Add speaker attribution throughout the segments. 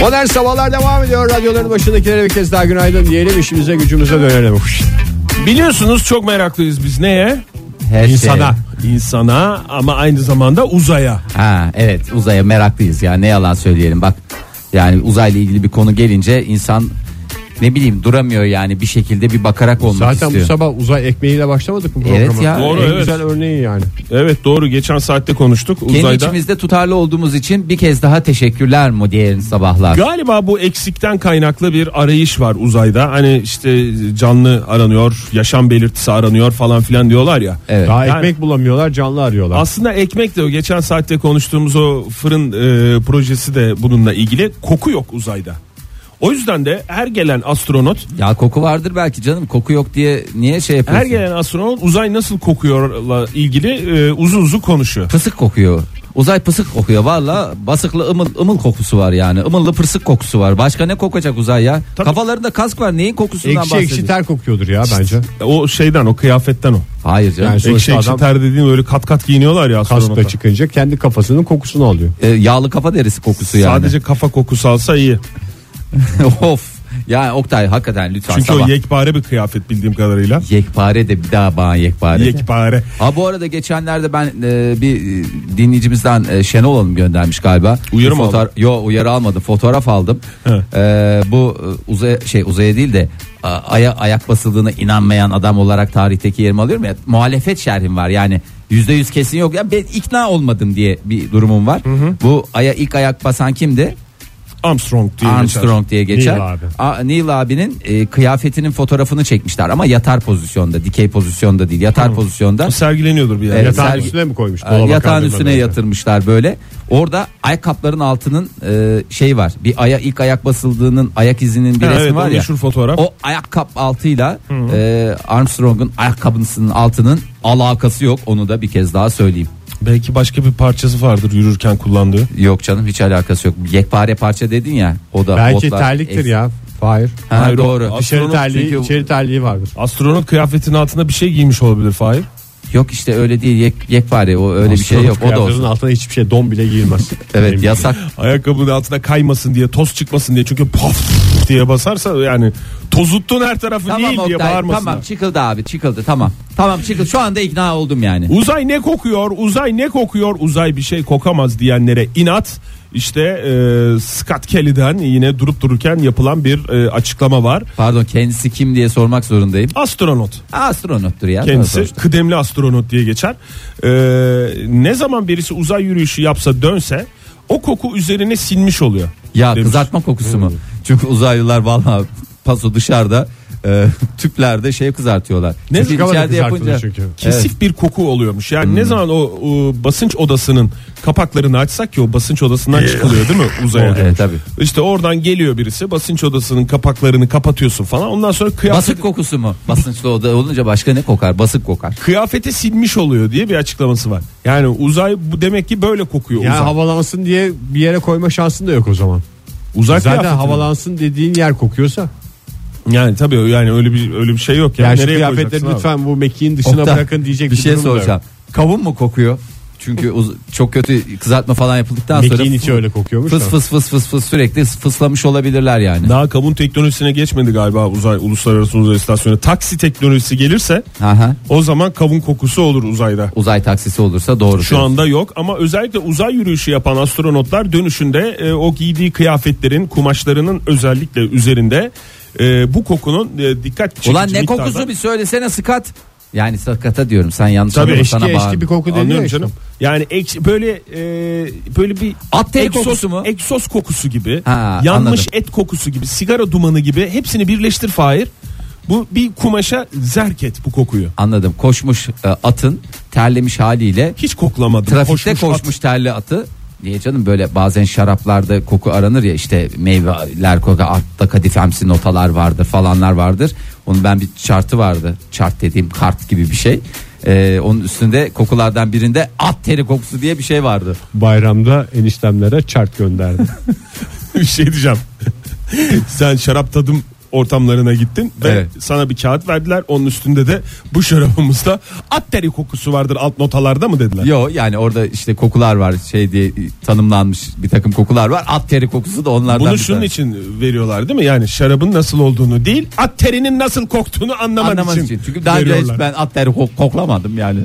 Speaker 1: Modern Sabahlar devam ediyor. Radyoların başındakilere bir kez daha günaydın diyelim. işimize gücümüze dönelim.
Speaker 2: Biliyorsunuz çok meraklıyız biz neye?
Speaker 3: Her şey.
Speaker 2: İnsana. İnsana ama aynı zamanda uzaya.
Speaker 3: Ha evet uzaya meraklıyız ya ne yalan söyleyelim bak. Yani uzayla ilgili bir konu gelince insan ne bileyim duramıyor yani bir şekilde bir bakarak olmak
Speaker 1: Zaten bu
Speaker 3: istiyor.
Speaker 1: sabah uzay ekmeğiyle başlamadık mı programa?
Speaker 3: Evet ya.
Speaker 2: Doğru,
Speaker 1: en
Speaker 2: evet.
Speaker 1: güzel örneği yani.
Speaker 2: Evet doğru geçen saatte konuştuk
Speaker 3: Kendi
Speaker 2: uzayda.
Speaker 3: içimizde tutarlı olduğumuz için bir kez daha teşekkürler modern sabahlar.
Speaker 2: Galiba bu eksikten kaynaklı bir arayış var uzayda. Hani işte canlı aranıyor, yaşam belirtisi aranıyor falan filan diyorlar ya.
Speaker 3: Evet.
Speaker 1: Daha
Speaker 2: Yani-
Speaker 1: ekmek bulamıyorlar canlı arıyorlar.
Speaker 2: Aslında ekmek de o geçen saatte konuştuğumuz o fırın e, projesi de bununla ilgili koku yok uzayda. O yüzden de her gelen astronot
Speaker 3: Ya koku vardır belki canım koku yok diye niye şey
Speaker 2: her
Speaker 3: yapıyorsun?
Speaker 2: gelen astronot uzay nasıl kokuyorla ilgili e, uzun uzun konuşuyor.
Speaker 3: Pısık kokuyor. Uzay pısık kokuyor valla basıklı ımıl ımıl kokusu var yani ımıllı pırsık kokusu var başka ne kokacak uzay ya
Speaker 2: Tabii.
Speaker 3: kafalarında kask var neyin kokusundan
Speaker 1: ekşi
Speaker 3: bahsediyorsun
Speaker 1: ekşi ter kokuyordur ya bence.
Speaker 2: E, O şeyden o kıyafetten o.
Speaker 3: hayır canım
Speaker 1: Yani
Speaker 2: Ekşi
Speaker 1: Sonuçta
Speaker 2: ekşi
Speaker 1: adam-
Speaker 2: ter dediğin böyle kat kat giyiniyorlar ya
Speaker 1: Kaskla
Speaker 2: astronotlar.
Speaker 1: çıkınca kendi kafasının kokusunu alıyor.
Speaker 3: E, yağlı kafa derisi kokusu yani
Speaker 2: Sadece kafa kokusu alsa iyi.
Speaker 3: of ya Oktay hakikaten lütfen
Speaker 2: Çünkü
Speaker 3: sabah
Speaker 2: o yekpare bir kıyafet bildiğim kadarıyla.
Speaker 3: yekpare de bir daha bana yekpare
Speaker 2: Yekpare.
Speaker 3: Ha bu arada geçenlerde ben e, bir e, dinleyicimizden e, Şenol Hanım göndermiş galiba.
Speaker 2: Uyarı
Speaker 3: Bir
Speaker 2: mı
Speaker 3: fotoğraf- Yo uyarı almadım. Fotoğraf aldım. E, bu e, uzaya şey uzaya değil de a- aya ayak basıldığına inanmayan adam olarak tarihteki yerimi alıyorum ya. Muhalefet şerhim var. Yani %100 kesin yok. Ya ben ikna olmadım diye bir durumum var. Bu aya ilk ayak basan kimdi?
Speaker 2: Armstrong diye
Speaker 3: Armstrong diye geçer.
Speaker 1: Neil abi.
Speaker 3: A- Neil abinin e, kıyafetinin fotoğrafını çekmişler ama yatar pozisyonda, dikey pozisyonda değil, yatar pozisyonda.
Speaker 2: geçer. Sergileniyordur bir yerde.
Speaker 3: Evet.
Speaker 1: Yatağın
Speaker 3: sergi-
Speaker 1: üstüne mi koymuş?
Speaker 3: Ee,
Speaker 1: Dolaba
Speaker 3: yatağın
Speaker 1: kaldırmadan
Speaker 3: üstüne
Speaker 1: önce.
Speaker 3: yatırmışlar böyle. Orada ayakkabıların altının e, şey var. Bir aya ilk ayak basıldığının ayak izinin bir
Speaker 2: Ha,
Speaker 3: resmi
Speaker 2: evet, o
Speaker 3: var ya.
Speaker 2: meşhur fotoğraf.
Speaker 3: O ayakkabı altıyla e, Armstrong'un ayakkabısının altının alakası yok. Onu da bir kez daha söyleyeyim.
Speaker 2: Belki başka bir parçası vardır yürürken kullandığı.
Speaker 3: Yok canım hiç alakası yok. Yekpare parça dedin ya. O da
Speaker 1: Belki
Speaker 3: botlar,
Speaker 1: terliktir
Speaker 3: eks-
Speaker 1: ya. Hayır.
Speaker 3: Ha,
Speaker 2: Hayır, o-
Speaker 3: doğru. şey
Speaker 1: Dışarı
Speaker 2: Astronot
Speaker 1: terliği,
Speaker 3: çünkü-
Speaker 1: içeri terliği vardır.
Speaker 2: Astronot kıyafetinin altında bir şey giymiş olabilir Fahir.
Speaker 3: Yok işte öyle değil. Yek, yekpare o öyle bir şey yok. O da
Speaker 1: Kıyafetinin
Speaker 3: olsun.
Speaker 1: altına hiçbir şey don bile giyilmez.
Speaker 3: Evet yasak.
Speaker 2: Ayakkabının altına kaymasın diye, toz çıkmasın diye. Çünkü paf diye basarsa yani tozuttuğun her tarafı
Speaker 3: Tamam
Speaker 2: değil diye
Speaker 3: Oktay,
Speaker 2: bağırmasınlar.
Speaker 3: tamam çıkıldı abi çıkıldı tamam. Tamam çıkıldı şu anda ikna oldum yani.
Speaker 2: Uzay ne kokuyor? Uzay ne kokuyor? Uzay bir şey kokamaz diyenlere inat. İşte e, Scott Kelly'den yine durup dururken yapılan bir e, açıklama var.
Speaker 3: Pardon kendisi kim diye sormak zorundayım.
Speaker 2: Astronot
Speaker 3: Astronottur ya.
Speaker 2: kendisi
Speaker 3: Sonuçta.
Speaker 2: kıdemli astronot diye geçer. E, ne zaman birisi uzay yürüyüşü yapsa dönse o koku üzerine sinmiş oluyor.
Speaker 3: Ya
Speaker 2: demiş.
Speaker 3: kızartma kokusu mu? Çünkü uzaylılar vallahi paso dışarıda e, tüplerde şey kızartıyorlar.
Speaker 1: Ne
Speaker 3: Çünkü
Speaker 1: çıkamadı
Speaker 3: içeride
Speaker 1: kızartıldı
Speaker 3: yapınca.
Speaker 1: çünkü.
Speaker 2: Kesif bir koku oluyormuş. Yani
Speaker 3: Hmm.
Speaker 2: ne zaman o, o basınç odasının kapaklarını açsak ki o basınç odasından çıkılıyor değil mi uzaya?
Speaker 3: Ee, Evet, tabii.
Speaker 2: İşte oradan geliyor birisi basınç odasının kapaklarını kapatıyorsun falan. Ondan sonra kıyafet,
Speaker 3: Basık kokusu mu? Basınçlı oda olunca başka ne kokar? Basık kokar.
Speaker 2: kıyafeti silmiş oluyor diye bir açıklaması var. Yani uzay bu demek ki böyle kokuyor
Speaker 1: Yani
Speaker 2: uzay.
Speaker 1: havalansın diye bir yere koyma şansın da yok o zaman.
Speaker 2: uzay
Speaker 1: Zaten
Speaker 2: kıyafeti mi?
Speaker 1: havalansın dediğin yer kokuyorsa.
Speaker 2: Yani tabii yani öyle bir öyle bir şey yok yani.
Speaker 1: Yani şu
Speaker 2: Nereye
Speaker 1: kıyafetleri
Speaker 2: koyacaksın abi?
Speaker 1: lütfen bu mekiğin dışına
Speaker 3: Oktay,
Speaker 1: bırakın diyecek
Speaker 3: bir şey
Speaker 1: durum da yok.
Speaker 3: soracağım. Kavun mu kokuyor? Çünkü uz- çok kötü kızartma falan yapıldıktan sonra
Speaker 1: Mekiğin içi öyle kokuyormuş
Speaker 3: fıs
Speaker 1: da.
Speaker 3: fıs fıs fıs fıs sürekli fıslamış olabilirler yani.
Speaker 2: Daha kabun teknolojisine geçmedi galiba uzay uluslararası uzay istasyonu. Taksi teknolojisi gelirse
Speaker 3: Aha.
Speaker 2: o zaman kavun kokusu olur uzayda.
Speaker 3: Uzay taksisi olursa doğru.
Speaker 2: Şu anda yok ama özellikle uzay yürüyüşü yapan astronotlar dönüşünde e, o giydiği kıyafetlerin kumaşlarının özellikle üzerinde e, bu kokunun e, dikkat çekici
Speaker 3: Ulan ne
Speaker 2: miktarda-
Speaker 3: kokusu bir söylesene sıkat. Yani sakata diyorum sen yanlış
Speaker 2: Tabii
Speaker 3: anladın
Speaker 1: Eşki
Speaker 3: sana bağırdım.
Speaker 1: eşki bir koku
Speaker 3: şey
Speaker 1: deniyor
Speaker 2: Anlıyorum
Speaker 1: ya
Speaker 2: canım.
Speaker 1: işte.
Speaker 2: Yani ek- böyle e, böyle bir
Speaker 3: At teri kokusu mu?
Speaker 2: Egzoz kokusu gibi,
Speaker 3: Ha,
Speaker 2: yanmış
Speaker 3: anladım.
Speaker 2: et kokusu gibi, sigara dumanı gibi hepsini birleştir Fahir. Bu bir kumaşa zerk et bu kokuyu.
Speaker 3: Anladım koşmuş e, atın terlemiş haliyle
Speaker 2: Hiç koklamadım.
Speaker 3: trafikte
Speaker 2: Koşmuş
Speaker 3: koşmuş,
Speaker 2: at.
Speaker 3: terli atı. Niye canım böyle bazen şaraplarda koku aranır ya işte meyveler koku altta kadifemsi notalar vardır falanlar vardır. Onun ben bir chartı vardı chart dediğim kart gibi bir şey. E, onun üstünde kokulardan birinde at teri kokusu diye bir şey vardı.
Speaker 1: Bayramda eniştemlere çark gönderdi.
Speaker 2: Bir şey diyeceğim. Sen şarap tadım ortamlarına gittin ve
Speaker 3: Evet.
Speaker 2: sana bir kağıt verdiler. Onun üstünde de bu şarabımızda at teri kokusu vardır alt notalarda mı dediler?
Speaker 3: Yo yani orada işte kokular var şey diye tanımlanmış bir takım kokular var. At teri kokusu da onlardan
Speaker 2: Bunu
Speaker 3: bir
Speaker 2: şunun
Speaker 3: tanesi.
Speaker 2: için veriyorlar değil mi? Yani şarabın nasıl olduğunu değil, at terinin nasıl koktuğunu anlaman için,
Speaker 3: Anlamanız için. Çünkü daha önce hiç
Speaker 2: veriyorlar.
Speaker 3: ben at teri kok- koklamadım yani.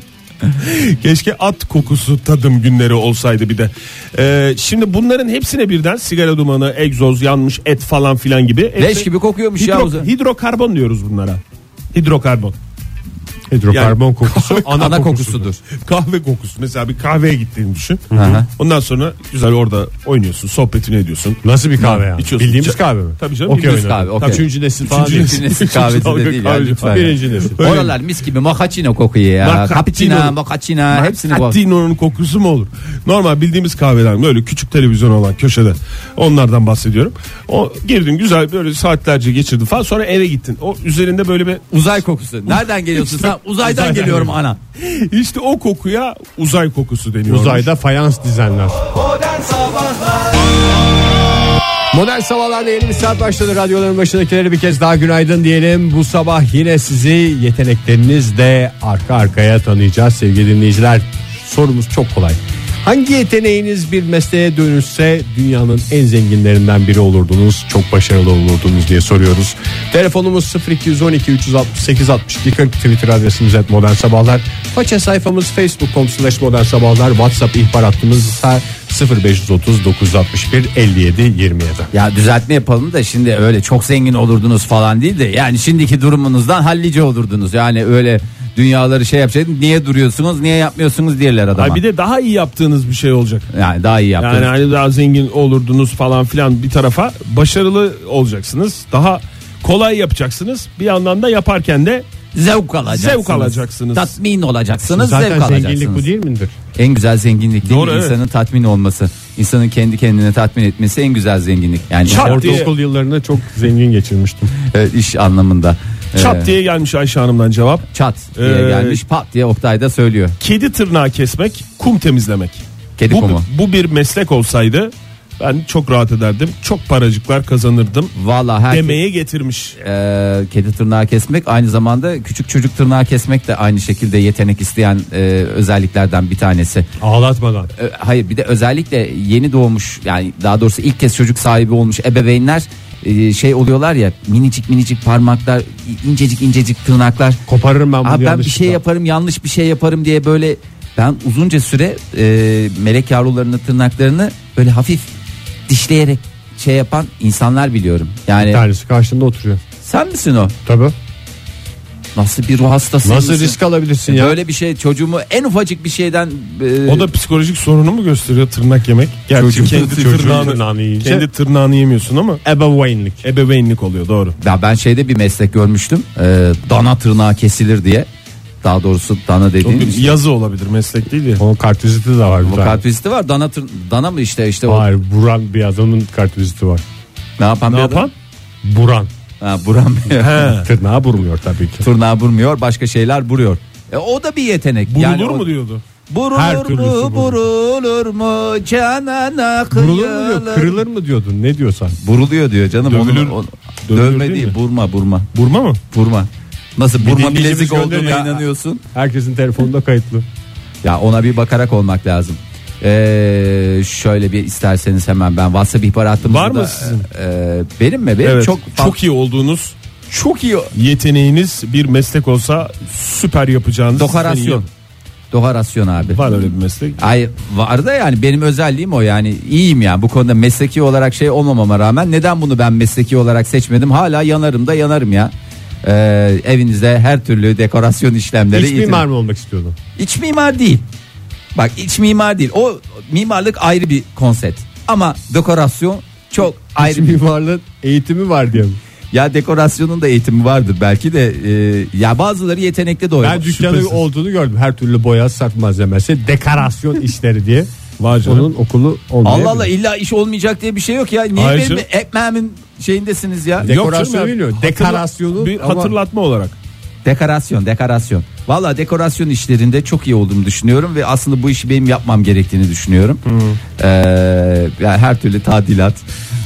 Speaker 2: Keşke at kokusu tadım günleri olsaydı bir de. Ee, şimdi bunların hepsine birden sigara dumanı, egzoz, yanmış et falan filan gibi.
Speaker 3: Leş gibi kokuyormuş ya o
Speaker 2: Hidro,
Speaker 3: zaman.
Speaker 2: hidrokarbon diyoruz bunlara. Hidrokarbon.
Speaker 1: Hidrokarbon
Speaker 2: Yani-
Speaker 1: kokusu.
Speaker 3: Ana,
Speaker 2: kokusudur.
Speaker 3: kokusudur.
Speaker 2: Kahve kokusu. Mesela bir kahveye gittiğini düşün.
Speaker 3: hı.
Speaker 2: Ondan sonra güzel orada oynuyorsun, sohbetini ediyorsun.
Speaker 1: Nasıl bir kahve yani?
Speaker 2: İçiyorsun.
Speaker 1: Bildiğimiz
Speaker 2: Ca-
Speaker 1: kahve mi?
Speaker 2: Tabii canım,
Speaker 1: Okey
Speaker 2: bildiğimiz
Speaker 1: oynadı.
Speaker 3: kahve, okey.
Speaker 1: Üçüncü nesil falan
Speaker 2: Üçüncü
Speaker 1: değil.
Speaker 3: Üçüncü nesil kahveci de
Speaker 2: dalga
Speaker 3: değil ya
Speaker 2: kahveci.
Speaker 3: lütfen.
Speaker 1: Birinci nesil.
Speaker 2: Öyle.
Speaker 3: Oralar mis gibi mochaccino kokuyor ya.
Speaker 2: Macchiato.
Speaker 3: Cappuccino, mochaccino hepsini kok.
Speaker 2: Martino'nun kokusu mu olur? Normal bildiğimiz kahveler böyle küçük televizyon olan köşede onlardan bahsediyorum. O girdin güzel böyle saatlerce geçirdin falan sonra eve gittin. O üzerinde böyle bir
Speaker 3: Uzay kokusu. Nereden geliyorsun sen? Uzaydan
Speaker 2: Uzaydan
Speaker 3: geliyorum
Speaker 2: geliyorum.
Speaker 3: ana.
Speaker 2: işte o kokuya uzay kokusu deniyor.
Speaker 1: Uzayda fayans dizenler. Modern Sabahlar'da yeni bir saat başladı. Radyoların başındakileri bir kez daha günaydın diyelim. Bu sabah yine sizi yeteneklerinizle arka arkaya tanıyacağız sevgili dinleyiciler. Sorumuz çok kolay. Hangi yeteneğiniz bir mesleğe dönüşse dünyanın en zenginlerinden biri olurdunuz, çok başarılı olurdunuz diye soruyoruz. Telefonumuz 0212 368 62 40 Twitter adresimiz et modern sabahlar. Faça sayfamız facebook.com slash modern sabahlar. Whatsapp ihbar hattımız ise 0530 961 57 27.
Speaker 3: Ya düzeltme yapalım da şimdi öyle çok zengin olurdunuz falan değil de yani şimdiki durumunuzdan hallice olurdunuz. Yani öyle dünyaları şey yapacaktın niye duruyorsunuz niye yapmıyorsunuz diyorlar adama.
Speaker 2: Ay bir de daha iyi yaptığınız bir şey olacak.
Speaker 3: Yani daha iyi yaptınız.
Speaker 2: Yani hani daha zengin olurdunuz falan filan bir tarafa başarılı olacaksınız. Daha kolay yapacaksınız. Bir yandan da yaparken de
Speaker 3: zevk alacaksınız.
Speaker 2: Zevk alacaksınız.
Speaker 3: Tatmin olacaksınız
Speaker 1: Zaten
Speaker 3: zevk
Speaker 1: zenginlik
Speaker 3: alacaksınız.
Speaker 1: bu değil midir?
Speaker 3: En güzel zenginlik değil
Speaker 2: Doğru,
Speaker 3: mi?
Speaker 2: evet.
Speaker 3: İnsanın tatmin olması. İnsanın kendi kendine tatmin etmesi en güzel zenginlik. Yani
Speaker 2: Çat
Speaker 3: or-
Speaker 2: diye.
Speaker 1: Ortaokul yıllarında çok zengin geçirmiştim.
Speaker 3: e, iş anlamında.
Speaker 2: çat
Speaker 3: E,
Speaker 2: diye gelmiş Ayşe Hanım'dan cevap.
Speaker 3: çat diye
Speaker 2: Ee,
Speaker 3: gelmiş pat diye Oktay da söylüyor.
Speaker 2: Kedi tırnağı kesmek, kum temizlemek.
Speaker 3: Kedi
Speaker 2: bu,
Speaker 3: kumu.
Speaker 2: Bu bir meslek olsaydı ben çok rahat ederdim. Çok paracıklar kazanırdım.
Speaker 3: Valla her
Speaker 2: Demeye getirmiş.
Speaker 3: e, kedi tırnağı kesmek aynı zamanda küçük çocuk tırnağı kesmek de aynı şekilde yetenek isteyen e, özelliklerden bir tanesi.
Speaker 1: Ağlatmadan.
Speaker 3: E, hayır bir de özellikle yeni doğmuş yani daha doğrusu ilk kez çocuk sahibi olmuş ebeveynler e, şey oluyorlar ya minicik minicik parmaklar incecik incecik tırnaklar.
Speaker 1: Koparırım ben bunu
Speaker 3: Abi ben bir
Speaker 1: yanlışlıkla.
Speaker 3: şey yaparım yanlış bir şey yaparım diye böyle ben uzunca süre e, melek yavrularının tırnaklarını böyle hafif dişleyerek şey yapan insanlar biliyorum.
Speaker 1: Bir
Speaker 3: Yani
Speaker 1: tanesi karşında oturuyor.
Speaker 3: sen misin o?
Speaker 1: Tabii.
Speaker 3: Nasıl bir ruh hastası?
Speaker 1: Nasıl
Speaker 3: mısın?
Speaker 1: risk alabilirsin ya?
Speaker 3: Böyle bir şey çocuğumu en ufacık bir şeyden e,
Speaker 2: O da psikolojik sorunu mu gösteriyor tırnak yemek? Gerçi
Speaker 3: Çocuğun-
Speaker 2: kendi
Speaker 1: çocuğun
Speaker 2: tırnağını,
Speaker 1: tırnağını yiyince-
Speaker 2: kendi tırnağını yemiyorsun ama
Speaker 1: Ebeveynlik.
Speaker 2: ebeveynlik oluyor doğru.
Speaker 3: ya ben şeyde bir meslek görmüştüm. E, dana tırnağı kesilir diye. Daha doğrusu dana
Speaker 2: O bir
Speaker 3: dediğim işte,
Speaker 2: yazı olabilir meslek değil ya.
Speaker 1: Onun kartviziti de var bir tane.
Speaker 3: kartviziti var. Dana tır, dana mı işte işte o,
Speaker 1: Hayır Buran bir adamın kartviziti var.
Speaker 3: ne yapan
Speaker 2: Ne
Speaker 3: bir adam?
Speaker 2: yapan?
Speaker 1: Buran.
Speaker 3: Ha, buram
Speaker 2: He.
Speaker 1: Tırnağa vurmuyor tabii ki.
Speaker 3: tırnağı vurmuyor, başka şeyler vuruyor. E, o da bir yetenek.
Speaker 2: Burulur
Speaker 3: Yani o-
Speaker 2: mu diyordu?
Speaker 3: Burulur
Speaker 1: Her
Speaker 3: mu,
Speaker 1: türlüsü vurulur.
Speaker 3: burulur mu canana
Speaker 1: Vurulur mu diyor,
Speaker 3: kıyılır.
Speaker 1: kırılır mı diyordun ne diyorsan.
Speaker 3: Vuruluyor diyor canım. onu-
Speaker 2: Dövülür-
Speaker 3: onu-
Speaker 2: dövülür
Speaker 3: dövme
Speaker 2: değil
Speaker 3: değil,
Speaker 2: mi?
Speaker 3: burma burma.
Speaker 2: Burma mı?
Speaker 3: Burma. Nasıl burma
Speaker 1: dinleyicimiz
Speaker 3: bilezik olduğuna
Speaker 1: gönderiyor.
Speaker 3: inanıyorsun?
Speaker 1: Herkesin telefonunda kayıtlı.
Speaker 3: Ya ona bir bakarak olmak lazım. Ee, şöyle bir isterseniz hemen ben WhatsApp ihbar hattımızı
Speaker 2: Var mı
Speaker 3: da-
Speaker 2: sizin?
Speaker 3: e, benim mi? Benim
Speaker 2: Evet.
Speaker 3: çok
Speaker 2: Çok, çok iyi olduğunuz
Speaker 3: çok iyi.
Speaker 2: yeteneğiniz bir meslek olsa süper yapacağınız. sizin
Speaker 3: Dokarasyon.
Speaker 2: yok.
Speaker 3: Dokarasyon abi.
Speaker 2: Var öyle bir meslek.
Speaker 3: Ay var da yani benim özelliğim o yani iyiyim yani bu konuda mesleki olarak şey olmamama rağmen neden bunu ben mesleki olarak seçmedim hala yanarım da yanarım ya. Ee, evinizde her türlü dekorasyon işlemleri
Speaker 1: Hiç
Speaker 3: iyidir.
Speaker 1: mimar mı olmak istiyordun?
Speaker 3: İç mimar değil. Bak iç mimar değil. O mimarlık ayrı bir konsept. Ama dekorasyon çok
Speaker 1: Hiç
Speaker 3: ayrı bir...
Speaker 1: mimarlığın eğitimi var diye mi?
Speaker 3: Ya dekorasyonun da eğitimi vardır belki de. e, ya bazıları yetenekli de
Speaker 1: Ben dükkanı olduğunu gördüm. Her türlü boya sarf malzemesi dekorasyon işleri diye.
Speaker 2: Var canım.
Speaker 1: Onun okulu olmayabilir.
Speaker 3: Allah Allah illa iş olmayacak diye bir şey yok ya. Niye
Speaker 2: Hayır
Speaker 3: benim
Speaker 2: canım.
Speaker 3: ekmeğimin şeyindesiniz ya?
Speaker 1: Dekorasyonu
Speaker 2: Yok canım ya.
Speaker 1: biliyor.
Speaker 2: Hatırla-
Speaker 1: Dekorasyonu
Speaker 2: bir
Speaker 1: ama-
Speaker 2: hatırlatma olarak.
Speaker 3: Dekorasyon, dekorasyon. Valla dekorasyon işlerinde çok iyi olduğumu düşünüyorum ve aslında bu işi benim yapmam gerektiğini düşünüyorum. Ee, yani her türlü tadilat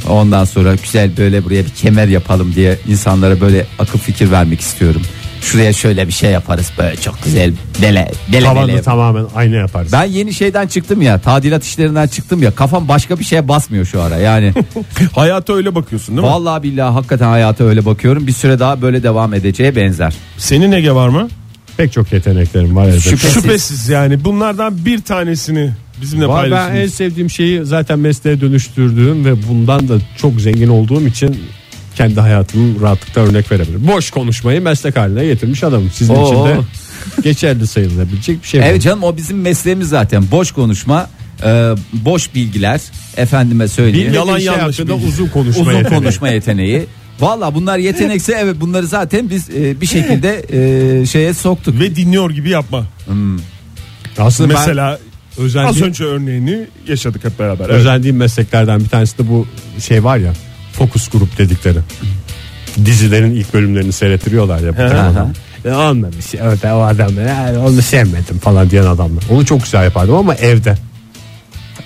Speaker 3: ondan sonra güzel böyle buraya bir kemer yapalım diye insanlara böyle akıl fikir vermek istiyorum. Şuraya şöyle bir şey yaparız böyle çok güzel dele dele dele
Speaker 1: Tavanı
Speaker 3: yap-
Speaker 1: tamamen aynı yaparız.
Speaker 3: Ben yeni şeyden çıktım ya tadilat işlerinden çıktım ya kafam başka bir şeye basmıyor şu ara yani.
Speaker 2: Hayata öyle bakıyorsun değil mi?
Speaker 3: Vallahi billahi hakikaten hayata öyle bakıyorum bir süre daha böyle devam edeceğe benzer.
Speaker 2: Senin Ege var mı?
Speaker 1: Pek çok yeteneklerim var elbette.
Speaker 3: Şüphe- Şüphesiz.
Speaker 2: Şüphesiz yani bunlardan bir tanesini bizimle
Speaker 1: Vallahi
Speaker 2: paylaşın.
Speaker 1: ben en sevdiğim şeyi zaten mesleğe dönüştürdüğüm ve bundan da çok zengin olduğum için kendi hayatımı rahatlıkla örnek verebilirim. Boş konuşmayı meslek haline getirmiş adamım. Sizin
Speaker 3: Oo.
Speaker 1: için de geçerli sayılabilecek bir şey.
Speaker 3: Evet
Speaker 1: bu.
Speaker 3: canım o bizim mesleğimiz zaten. Boş konuşma, e, boş bilgiler, efendime söyleyeyim.
Speaker 1: Bilmediğin
Speaker 2: yalan
Speaker 1: şey
Speaker 2: yanlış
Speaker 1: hakkında
Speaker 2: bilgi.
Speaker 1: uzun konuşma
Speaker 3: uzun
Speaker 1: yeteneği.
Speaker 3: konuşma yeteneği. Valla bunlar yetenekse evet bunları zaten biz e, bir şekilde e, şeye soktuk.
Speaker 2: Ve dinliyor gibi yapma.
Speaker 1: Aslında Mesela
Speaker 2: Mesela
Speaker 1: ben özendiğim,
Speaker 2: az önce örneğini yaşadık hep beraber. Evet.
Speaker 1: özendiğim mesleklerden bir tanesi de bu şey var ya fokus grup dedikleri. Dizilerin ilk bölümlerini seyrettiriyorlar ya. bu tamamen. E, Olmamış. Evet o adam e, onu sevmedim falan diyen adamlar. Onu çok güzel yapardım ama evde.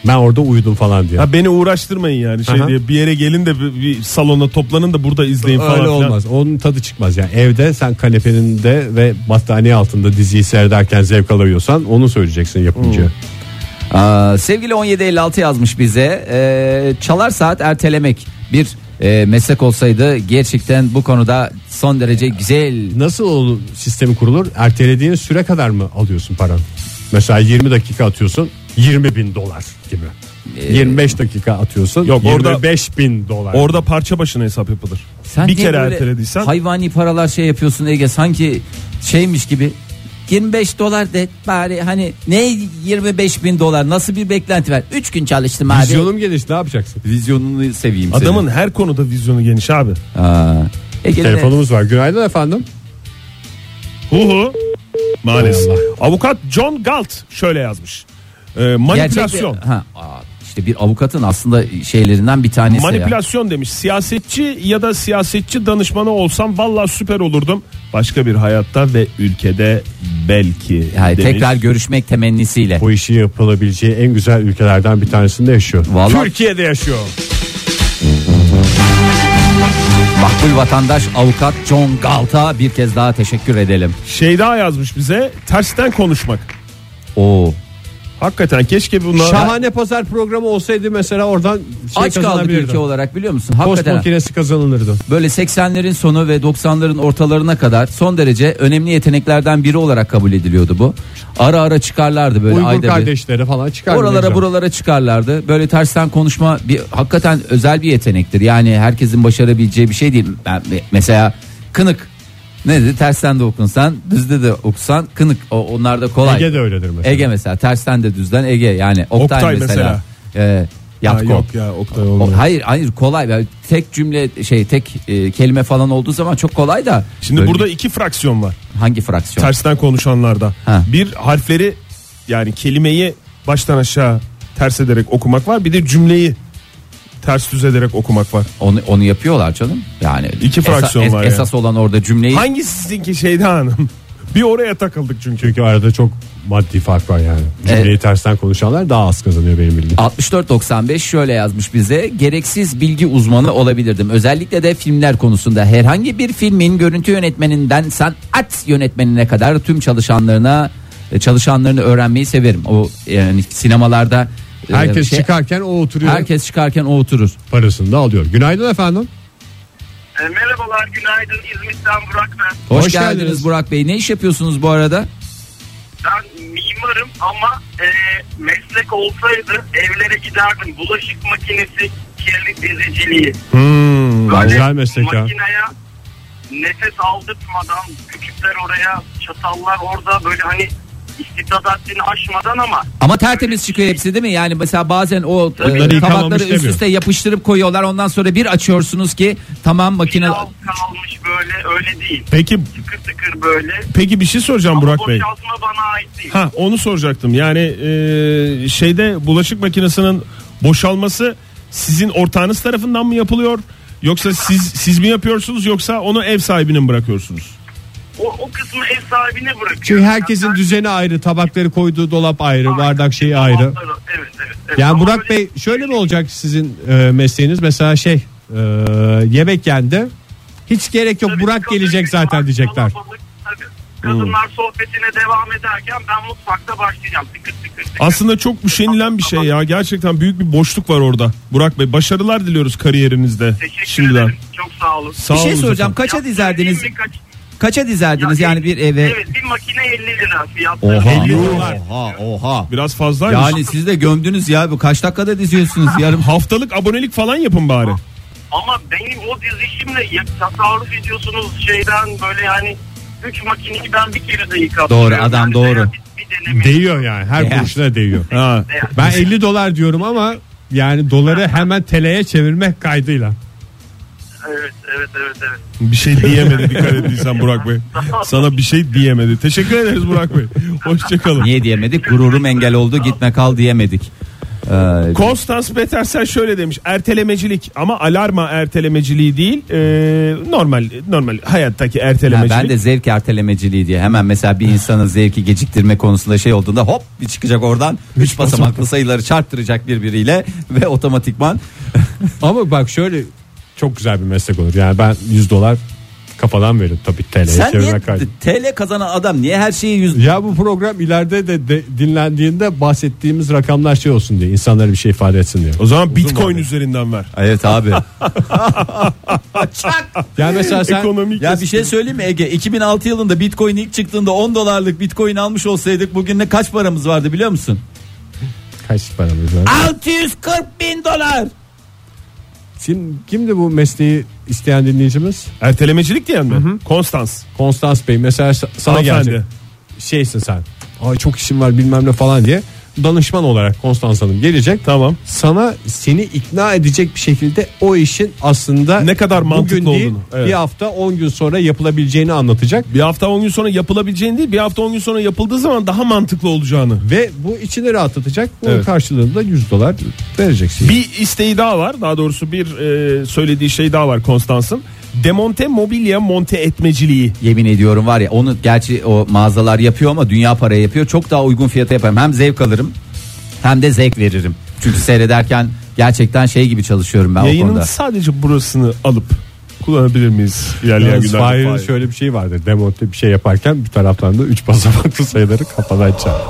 Speaker 1: Ben orada uyudum falan diye.
Speaker 2: Ha beni uğraştırmayın yani şey
Speaker 1: Aha.
Speaker 2: diye bir yere gelin de bir, bir salona toplanın da burada izleyin falan.
Speaker 1: Öyle
Speaker 2: filan.
Speaker 1: olmaz. Onun tadı çıkmaz yani. Evde sen kanepenin de ve battaniye altında diziyi seyrederken zevk alıyorsan onu söyleyeceksin yapımcıya.
Speaker 3: Aa, sevgili 1756 yazmış bize. Ee, çalar saat ertelemek bir e, meslek olsaydı gerçekten bu konuda son derece güzel.
Speaker 1: Nasıl o sistemi kurulur? Ertelediğin süre kadar mı alıyorsun paranı? Mesela 20 dakika atıyorsun 20 bin dolar gibi.
Speaker 3: Ee,
Speaker 1: 25 dakika atıyorsun
Speaker 2: Yok,
Speaker 1: Yok,
Speaker 2: orada-
Speaker 1: 25 bin dolar.
Speaker 2: Orada parça başına hesap yapılır.
Speaker 3: Sen
Speaker 2: bir
Speaker 3: niye
Speaker 2: kere
Speaker 3: böyle
Speaker 2: ertelediysen
Speaker 3: Hayvani paralar şey yapıyorsun Ege sanki şeymiş gibi. 25 dolar de bari hani ne 25 bin dolar nasıl bir beklenti var? 3 gün çalıştım abi.
Speaker 1: Vizyonum geniş ne yapacaksın?
Speaker 3: Vizyonunu seveyim
Speaker 2: adamın her konuda vizyonu geniş abi.
Speaker 3: senin. Aa, Ege'de-
Speaker 1: Telefonumuz var. Günaydın efendim.
Speaker 2: Hu hu. Maalesef. Avukat John Galt şöyle yazmış. Ee,
Speaker 3: Gerçek bir-
Speaker 2: manipülasyon.
Speaker 3: ha, aa, işte bir avukatın aslında şeylerinden bir tanesi. Şey ya.
Speaker 2: Manipülasyon demiş. Siyasetçi ya da siyasetçi danışmanı olsam valla süper olurdum. Başka bir hayatta ve ülkede belki.
Speaker 3: Yani
Speaker 2: demiş.
Speaker 3: tekrar görüşmek temennisiyle.
Speaker 1: Bu işi yapılabileceği en güzel ülkelerden bir tanesinde yaşıyor.
Speaker 3: Vallahi-
Speaker 1: Türkiye'de yaşıyor.
Speaker 3: Makbul vatandaş avukat John Galt'a bir kez daha teşekkür edelim.
Speaker 2: şey daha yazmış bize tersten konuşmak.
Speaker 3: Oo.
Speaker 2: Hakikaten keşke bunlar
Speaker 1: Şahane pazar programı olsaydı mesela oradan şey
Speaker 3: Aç kaldık ülke olarak biliyor musun?
Speaker 1: Post
Speaker 3: Hakikaten
Speaker 1: makinesi kazanılırdı.
Speaker 3: böyle 80'lerin sonu ve 90'ların ortalarına kadar son derece önemli yeteneklerden biri olarak kabul ediliyordu bu. Ara ara çıkarlardı böyle
Speaker 1: Uygur
Speaker 3: ayda bir.
Speaker 1: kardeşleri falan çıkardı.
Speaker 3: Oralara
Speaker 1: Güzel.
Speaker 3: buralara çıkarlardı. Böyle tersten konuşma bir hakikaten özel bir yetenektir. Yani herkesin başarabileceği bir şey değil. Ben, mesela kınık nedir? Tersten de okunsan, düzde de okusan kınık. O, onlar da kolay.
Speaker 1: Ege de öyledir mesela.
Speaker 3: Ege mesela tersten de düzden Ege yani Oktay,
Speaker 2: Oktay
Speaker 3: mesela. E,
Speaker 2: Ha,
Speaker 3: Yatko.
Speaker 2: yok ya Oktay
Speaker 3: O-
Speaker 2: olmuyor.
Speaker 3: hayır hayır kolay Yani tek cümle şey tek e, kelime falan olduğu zaman çok kolay da.
Speaker 2: Şimdi
Speaker 3: Böyle
Speaker 2: burada
Speaker 3: bir-
Speaker 2: iki fraksiyon var.
Speaker 3: hangi fraksiyon?
Speaker 2: Tersten konuşanlarda.
Speaker 3: Ha.
Speaker 2: Bir harfleri yani kelimeyi baştan aşağı ters ederek okumak var. Bir de cümleyi ters düz ederek okumak var.
Speaker 3: Onu onu yapıyorlar canım. Yani
Speaker 2: İki fraksiyon var yani.
Speaker 3: Esas olan orada cümleyi
Speaker 2: Hangisi sizinki Şeyda Hanım? Bir oraya takıldık çünkü.
Speaker 1: Çünkü arada çok maddi fark var yani. Cümleyi
Speaker 3: Evet.
Speaker 1: tersten konuşanlar daha az kazanıyor benim bildiğim.
Speaker 3: 64.95 şöyle yazmış bize gereksiz bilgi uzmanı olabilirdim. Özellikle de filmler konusunda herhangi bir filmin görüntü yönetmeninden sanat yönetmenine kadar tüm çalışanlarına e, çalışanlarını öğrenmeyi severim. O yani sinemalarda e,
Speaker 1: Herkes
Speaker 3: şey-
Speaker 1: çıkarken o oturuyor.
Speaker 3: herkes çıkarken o oturur.
Speaker 1: parasını da alıyor. Günaydın efendim.
Speaker 4: E, merhabalar, günaydın. İzmit'ten Burak ben.
Speaker 3: Hoş,
Speaker 1: Hoş
Speaker 3: geldiniz,
Speaker 1: geldiniz.
Speaker 3: Burak Bey. Ne iş yapıyorsunuz bu arada?
Speaker 4: Ben mimarım ama e, meslek olsaydı evlere giderdim. Bulaşık makinesi, kirli diziciliği. Böyle
Speaker 1: güzel meslek ya.
Speaker 4: Makineye nefes aldırtmadan, küçükler oraya, çatallar orada böyle hani istibdat haddini aşmadan ama
Speaker 3: Ama tertemiz çıkıyor hepsi değil mi? Yani mesela bazen o e,
Speaker 1: Onları yıkamamış
Speaker 3: tabakları üst
Speaker 1: demiyor.
Speaker 3: üste yapıştırıp koyuyorlar. Ondan sonra bir açıyorsunuz ki tamam makine
Speaker 4: kal kalmış böyle öyle değil.
Speaker 2: Peki
Speaker 4: Tıkır tıkır böyle.
Speaker 2: peki bir şey soracağım Burak Bey.
Speaker 4: Boşaltma bana ait değil.
Speaker 2: Ha onu soracaktım. Yani e, şeyde bulaşık makinesinin boşalması sizin ortağınız tarafından mı yapılıyor? Yoksa siz siz mi yapıyorsunuz yoksa onu ev sahibinin bırakıyorsunuz?
Speaker 4: O, o kısmı ev sahibine bırakıyor.
Speaker 1: Çünkü herkesin
Speaker 4: Yani-
Speaker 1: düzeni ayrı, tabakları koyduğu dolap ayrı, bardak şeyi ayrı.
Speaker 4: Evet, evet, evet.
Speaker 1: Yani
Speaker 4: Ama
Speaker 1: Burak
Speaker 4: böyle-
Speaker 1: Bey şöyle mi olacak sizin e, mesleğiniz? Mesela şey e, yemek yendi. Hiç gerek yok
Speaker 4: Tabii
Speaker 1: Burak
Speaker 4: kadın
Speaker 1: gelecek
Speaker 4: bir var,
Speaker 1: zaten diyecekler.
Speaker 4: kalabalık, tabii. Kadınlar
Speaker 3: Hmm.
Speaker 4: sohbetine devam ederken ben mutfakta başlayacağım. Tıkır tıkır tıkır.
Speaker 2: Aslında çok üşenilen bir şey ya. Gerçekten büyük bir boşluk var orada. Burak Bey başarılar diliyoruz kariyerinizde.
Speaker 4: Teşekkür
Speaker 2: Şimdiden.
Speaker 4: ederim. Çok sağ olun.
Speaker 2: Sağ
Speaker 3: bir şey
Speaker 2: olun
Speaker 3: soracağım.
Speaker 2: efendim.
Speaker 4: Ya,
Speaker 3: Kaça dizerdiniz?
Speaker 4: bir kaç-
Speaker 3: Kaça dizerdiniz
Speaker 4: Ya,
Speaker 3: yani bir eve?
Speaker 4: Evet bir makine 50 lira fiyatları.
Speaker 3: Oha.
Speaker 2: 50 dolar.
Speaker 3: Oha oha.
Speaker 2: Biraz fazlaymış.
Speaker 3: Yani siz de gömdünüz ya bu kaç dakikada diziyorsunuz yarım
Speaker 2: Haftalık abonelik falan yapın
Speaker 4: Ah.
Speaker 2: bari.
Speaker 4: Ama benim o dizişimle ya, tasarruf ediyorsunuz şeyden böyle yani 3 makineyi ben bir kere de yıkadım.
Speaker 3: Doğru, adam
Speaker 4: Yani
Speaker 3: doğru.
Speaker 4: veya Bir, bir deneme.
Speaker 1: Değiyor yani her
Speaker 3: Değer.
Speaker 1: kuruşuna değiyor.
Speaker 2: Ha.
Speaker 4: Yani
Speaker 1: Ben 50 dolar diyorum ama yani doları hemen TL'ye çevirmek kaydıyla.
Speaker 4: Evet evet evet evet.
Speaker 2: Bir şey diyemedi dikkat ettiysen Burak Bey. Sana bir şey diyemedi. Teşekkür ederiz Burak Bey. Hoşçakalın.
Speaker 3: Niye diyemedik? Gururum engel oldu. Gitme kal diyemedik. Ee,
Speaker 2: Konstans Petersen şöyle demiş. Ertelemecilik ama alarma ertelemeciliği değil. e, normal normal hayattaki
Speaker 3: ha,
Speaker 2: ertelemecilik.
Speaker 3: ben de zevk ertelemeciliği diye hemen mesela bir insanın zevki geciktirme konusunda şey olduğunda hop bir çıkacak oradan üç basamaklı sayıları çarptıracak birbiriyle ve otomatikman
Speaker 1: Ama bak şöyle çok güzel bir meslek olur. Yani ben 100 dolar kafadan veririm tabii TL'ye
Speaker 3: sen niye
Speaker 1: çevirmek kaydı.
Speaker 3: TL kazanan adam niye her şeyi yüz
Speaker 1: Ya bu program ileride de, de dinlendiğinde bahsettiğimiz rakamlar şey olsun diye insanlara bir şey ifade etsin diye.
Speaker 2: O zaman Bitcoin üzerinden ver.
Speaker 3: Evet abi. Ee,
Speaker 1: Yani mesela sen
Speaker 2: Ekonomik
Speaker 3: ya bir şey söyleyeyim mi Ege? 2006 yılında Bitcoin ilk çıktığında 10 dolarlık Bitcoin almış olsaydık bugün ne kaç paramız vardı biliyor musun?
Speaker 1: kaç paramız var?
Speaker 3: 640 bin dolar.
Speaker 1: Kim, kimdi bu mesleği isteyen dinleyicimiz?
Speaker 2: Ertelemecilik diyen mi? Konstans.
Speaker 1: Konstans Bey mesela sa- sana
Speaker 2: Hanımefendi.
Speaker 1: geldi. Şeysin sen. Ay çok işim var bilmem ne falan diye. Danışman olarak Konstans Hanım gelecek. Tamam. Sana seni ikna edecek bir şekilde o işin aslında
Speaker 2: Ne kadar mantıklı
Speaker 1: bugün değil,
Speaker 2: olduğunu. Evet.
Speaker 1: Bir hafta 10 gün sonra yapılabileceğini anlatacak.
Speaker 2: Bir hafta 10 gün sonra yapılabileceğini değil bir hafta 10 gün sonra yapıldığı zaman daha mantıklı olacağını.
Speaker 1: Ve bu içini rahatlatacak. Bunun
Speaker 2: Evet.
Speaker 1: karşılığında 100 dolar vereceksin.
Speaker 2: Bir isteği daha var daha doğrusu bir e, söylediği şey daha var Konstans'ın. Demonte mobilya monte etmeciliği.
Speaker 3: Yemin ediyorum var ya onu gerçi o mağazalar yapıyor ama dünya paraya yapıyor. Çok daha uygun fiyata yaparım. Hem zevk alırım hem de zevk veririm. Çünkü seyrederken gerçekten şey gibi çalışıyorum ben o
Speaker 2: Yayının
Speaker 3: konuda.
Speaker 2: sadece burasını alıp kullanabilir miyiz ilerleyen
Speaker 1: Yalnız
Speaker 2: günlerde?
Speaker 1: Fahir'in
Speaker 2: Fahir.
Speaker 1: şöyle bir şey vardır. Demonte bir şey yaparken bir taraftan da 3 basamaklı sayıları kafadan çarp.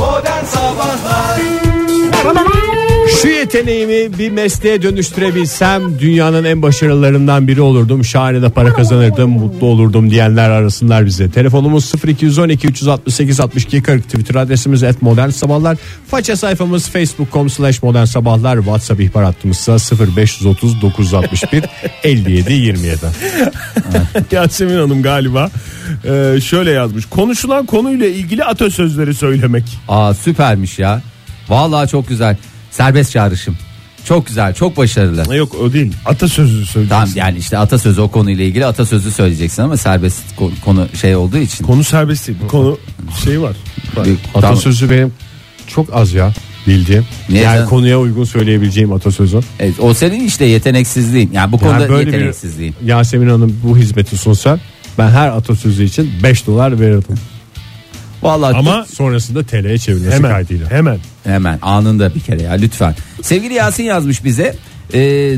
Speaker 1: Şu yeteneğimi bir mesleğe dönüştürebilsem dünyanın en başarılarından biri olurdum. Şahane de para kazanırdım, mutlu olurdum diyenler arasınlar bize. Telefonumuz 0212 368 62 40 Twitter adresimiz et modern sabahlar. Faça sayfamız facebook.com slash modern sabahlar. Whatsapp ihbar hattımız ise 0530 961 57 27.
Speaker 2: Yasemin Hanım galiba e,
Speaker 1: Ee,
Speaker 2: şöyle yazmış. Konuşulan konuyla ilgili atasözleri söylemek.
Speaker 3: Aa süpermiş ya. Vallahi çok güzel. Serbest çağrışım. Çok güzel, çok başarılı.
Speaker 2: Ha, Yok o değil. Atasözü söyleyeceksin.
Speaker 3: Tamam yani işte atasözü o konuyla ilgili atasözü söyleyeceksin ama serbest ko- konu şey olduğu için.
Speaker 2: Konu serbest değil. Bu Konu şey var. Bak,
Speaker 3: Bir- tamam.
Speaker 1: Atasözü benim çok az ya bildiğim.
Speaker 3: Niye
Speaker 1: yani
Speaker 3: sen-
Speaker 1: konuya uygun söyleyebileceğim atasözü.
Speaker 3: Evet, o senin işte yeteneksizliğin. Yani bu
Speaker 1: Yani
Speaker 3: konuda
Speaker 1: böyle
Speaker 3: yeteneksizliğin.
Speaker 1: bir Yasemin Hanım bu hizmeti sunsa ben her atasözü için 5 dolar verirdim.
Speaker 3: Vallahi
Speaker 2: Ama
Speaker 1: Sonrasında TL'ye çevirmesi
Speaker 2: hemen
Speaker 1: kaydıyla.
Speaker 2: hemen
Speaker 3: Hemen anında bir kere ya lütfen. Sevgili Yasin yazmış bize e,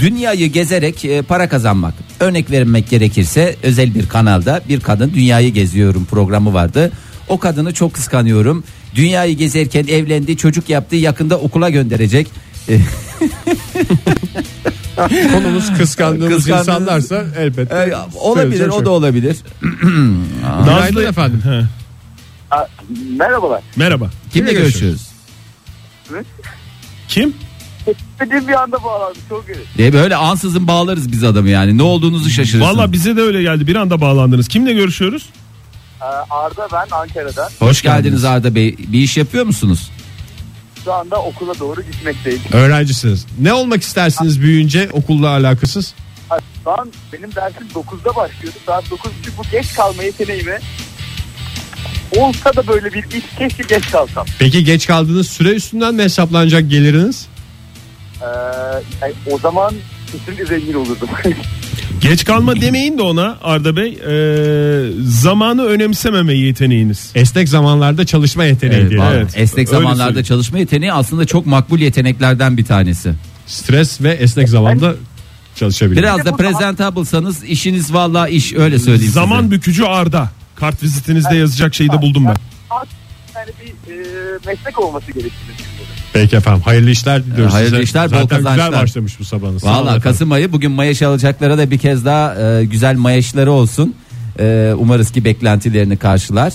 Speaker 3: dünyayı gezerek e, para kazanmak. Örnek vermek gerekirse özel bir kanalda bir kadın dünyayı geziyorum programı vardı. O kadını çok kıskanıyorum. Dünyayı gezerken evlendi, çocuk yaptı, yakında okula gönderecek. E,
Speaker 1: Konumuz kıskandığımız
Speaker 3: Kıskandığınız-
Speaker 1: insanlarsa elbette.
Speaker 3: e, olabilir,
Speaker 1: söyleyecek
Speaker 3: o
Speaker 1: şey.
Speaker 3: da olabilir.
Speaker 1: Günaydın efendim.
Speaker 4: Aa, Merhabalar.
Speaker 2: merhaba.
Speaker 3: Kimle
Speaker 1: görüşüyoruz?
Speaker 3: görüşüyoruz?
Speaker 2: Kim?
Speaker 4: Dediğim bir anda bağlandı çok iyi.
Speaker 3: Diye E, böyle ansızın bağlarız biz adamı yani. Ne olduğunuzu şaşırırsın.
Speaker 2: Valla bize de öyle geldi. Bir anda bağlandınız. Kimle görüşüyoruz?
Speaker 4: Ee, Arda ben Ankara'dan.
Speaker 3: hoş geldiniz Arda Bey. Bir iş yapıyor musunuz?
Speaker 4: Şu anda okula doğru gitmekteyim.
Speaker 1: Öğrencisiniz. Ne olmak istersiniz büyüyünce okulla alakasız?
Speaker 4: Ben, benim dersim 9'da başlıyordu. Saat 9.30 bu geç kalma yeteneğimi olsa da böyle bir iş keşke geç kalsam.
Speaker 1: Peki geç kaldığınız süre üstünden mi hesaplanacak geliriniz?
Speaker 4: Ee, yani o zaman kesinlikle zengin olurdum.
Speaker 2: Geç kalma demeyin de ona Arda Bey. Ee, zamanı önemsememe yeteneğiniz.
Speaker 1: Esnek zamanlarda çalışma yeteneği
Speaker 3: Evet,
Speaker 1: diye.
Speaker 3: vallahi
Speaker 2: evet.
Speaker 3: Esnek
Speaker 2: Öyle
Speaker 3: zamanlarda
Speaker 2: söyleyeyim.
Speaker 3: çalışma yeteneği aslında çok makbul yeteneklerden bir tanesi.
Speaker 1: Stres ve esnek zamanda çalışabilir.
Speaker 3: Biraz da presentable'sanız işiniz valla iş öyle söyleyeyim
Speaker 2: Zaman
Speaker 3: size.
Speaker 2: bükücü Arda. Kart vizitinizde yazacak şeyi de buldum ben.
Speaker 4: Yani bir e, meslek olması gerektiğini düşünüyorum.
Speaker 1: Peki efendim hayırlı işler diliyoruz
Speaker 3: Ee, Hayırlı
Speaker 1: size.
Speaker 3: işler, bol
Speaker 1: Zaten güzel
Speaker 3: kazançlar.
Speaker 1: başlamış bu sabahınız. Sağ olun
Speaker 3: Valla
Speaker 1: efendim.
Speaker 3: Kasım ayı bugün Mayaş alacaklara da bir kez daha e, güzel Mayaşları olsun. E, umarız ki beklentilerini karşılar.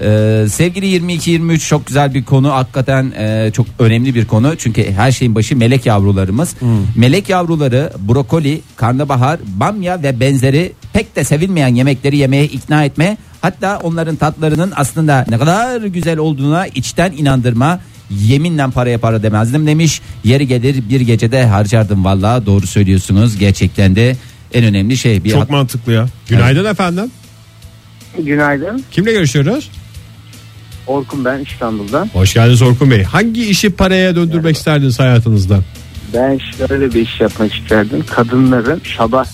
Speaker 3: E, sevgili 22-23 çok güzel bir konu hakikaten e, çok önemli bir konu çünkü her şeyin başı melek yavrularımız
Speaker 1: Hmm.
Speaker 3: melek yavruları brokoli karnabahar bamya ve benzeri pek de sevilmeyen yemekleri yemeye ikna etme hatta onların tatlarının aslında ne kadar güzel olduğuna içten inandırma Yeminle paraya para demezdim demiş. Yeri gelir bir gecede harcardım valla doğru söylüyorsunuz. Gerçekten de en önemli şey bir
Speaker 2: Çok mantıklı ya.
Speaker 1: Günaydın efendim.
Speaker 5: Günaydın.
Speaker 1: Kimle görüşüyoruz?
Speaker 5: Orkun ben İstanbul'dan.
Speaker 1: Hoş geldiniz Orkun Bey. Hangi işi paraya döndürmek isterdiniz hayatınızda?
Speaker 5: Ben şöyle bir iş yapmak isterdim. Kadınların sabah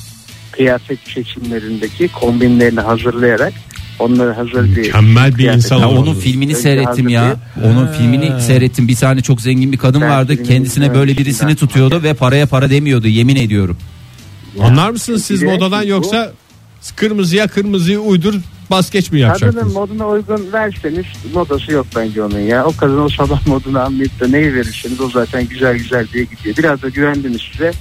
Speaker 5: kıyafet seçimlerindeki kombinlerini hazırlayayak onları hazır bir
Speaker 1: Mükemmel bir
Speaker 5: kıyafet-
Speaker 1: insan
Speaker 3: ya
Speaker 1: olur.
Speaker 3: onun filmini
Speaker 5: Önce
Speaker 3: seyrettim ya. Onun filmini seyrettim. Bir tane çok zengin bir kadın
Speaker 5: Ben
Speaker 3: vardı.
Speaker 5: filmini
Speaker 3: Kendisine
Speaker 5: izlemedim.
Speaker 3: böyle birisini
Speaker 5: Ben-
Speaker 3: tutuyordu ve paraya para demiyordu. Yemin ediyorum.
Speaker 1: Anlar mısınız siz
Speaker 5: Bir de
Speaker 1: modadan
Speaker 5: bu-
Speaker 1: yoksa kırmızıya kırmızıyı uydur bas geç mi
Speaker 5: Kadının
Speaker 1: yapacaktınız?
Speaker 5: moduna uygun verseniz modası yok bence onun ya. O kadın o sabah modunu anlayıp da neyi verirseniz o zaten güzel güzel diye gidiyor. Biraz da güvendim size.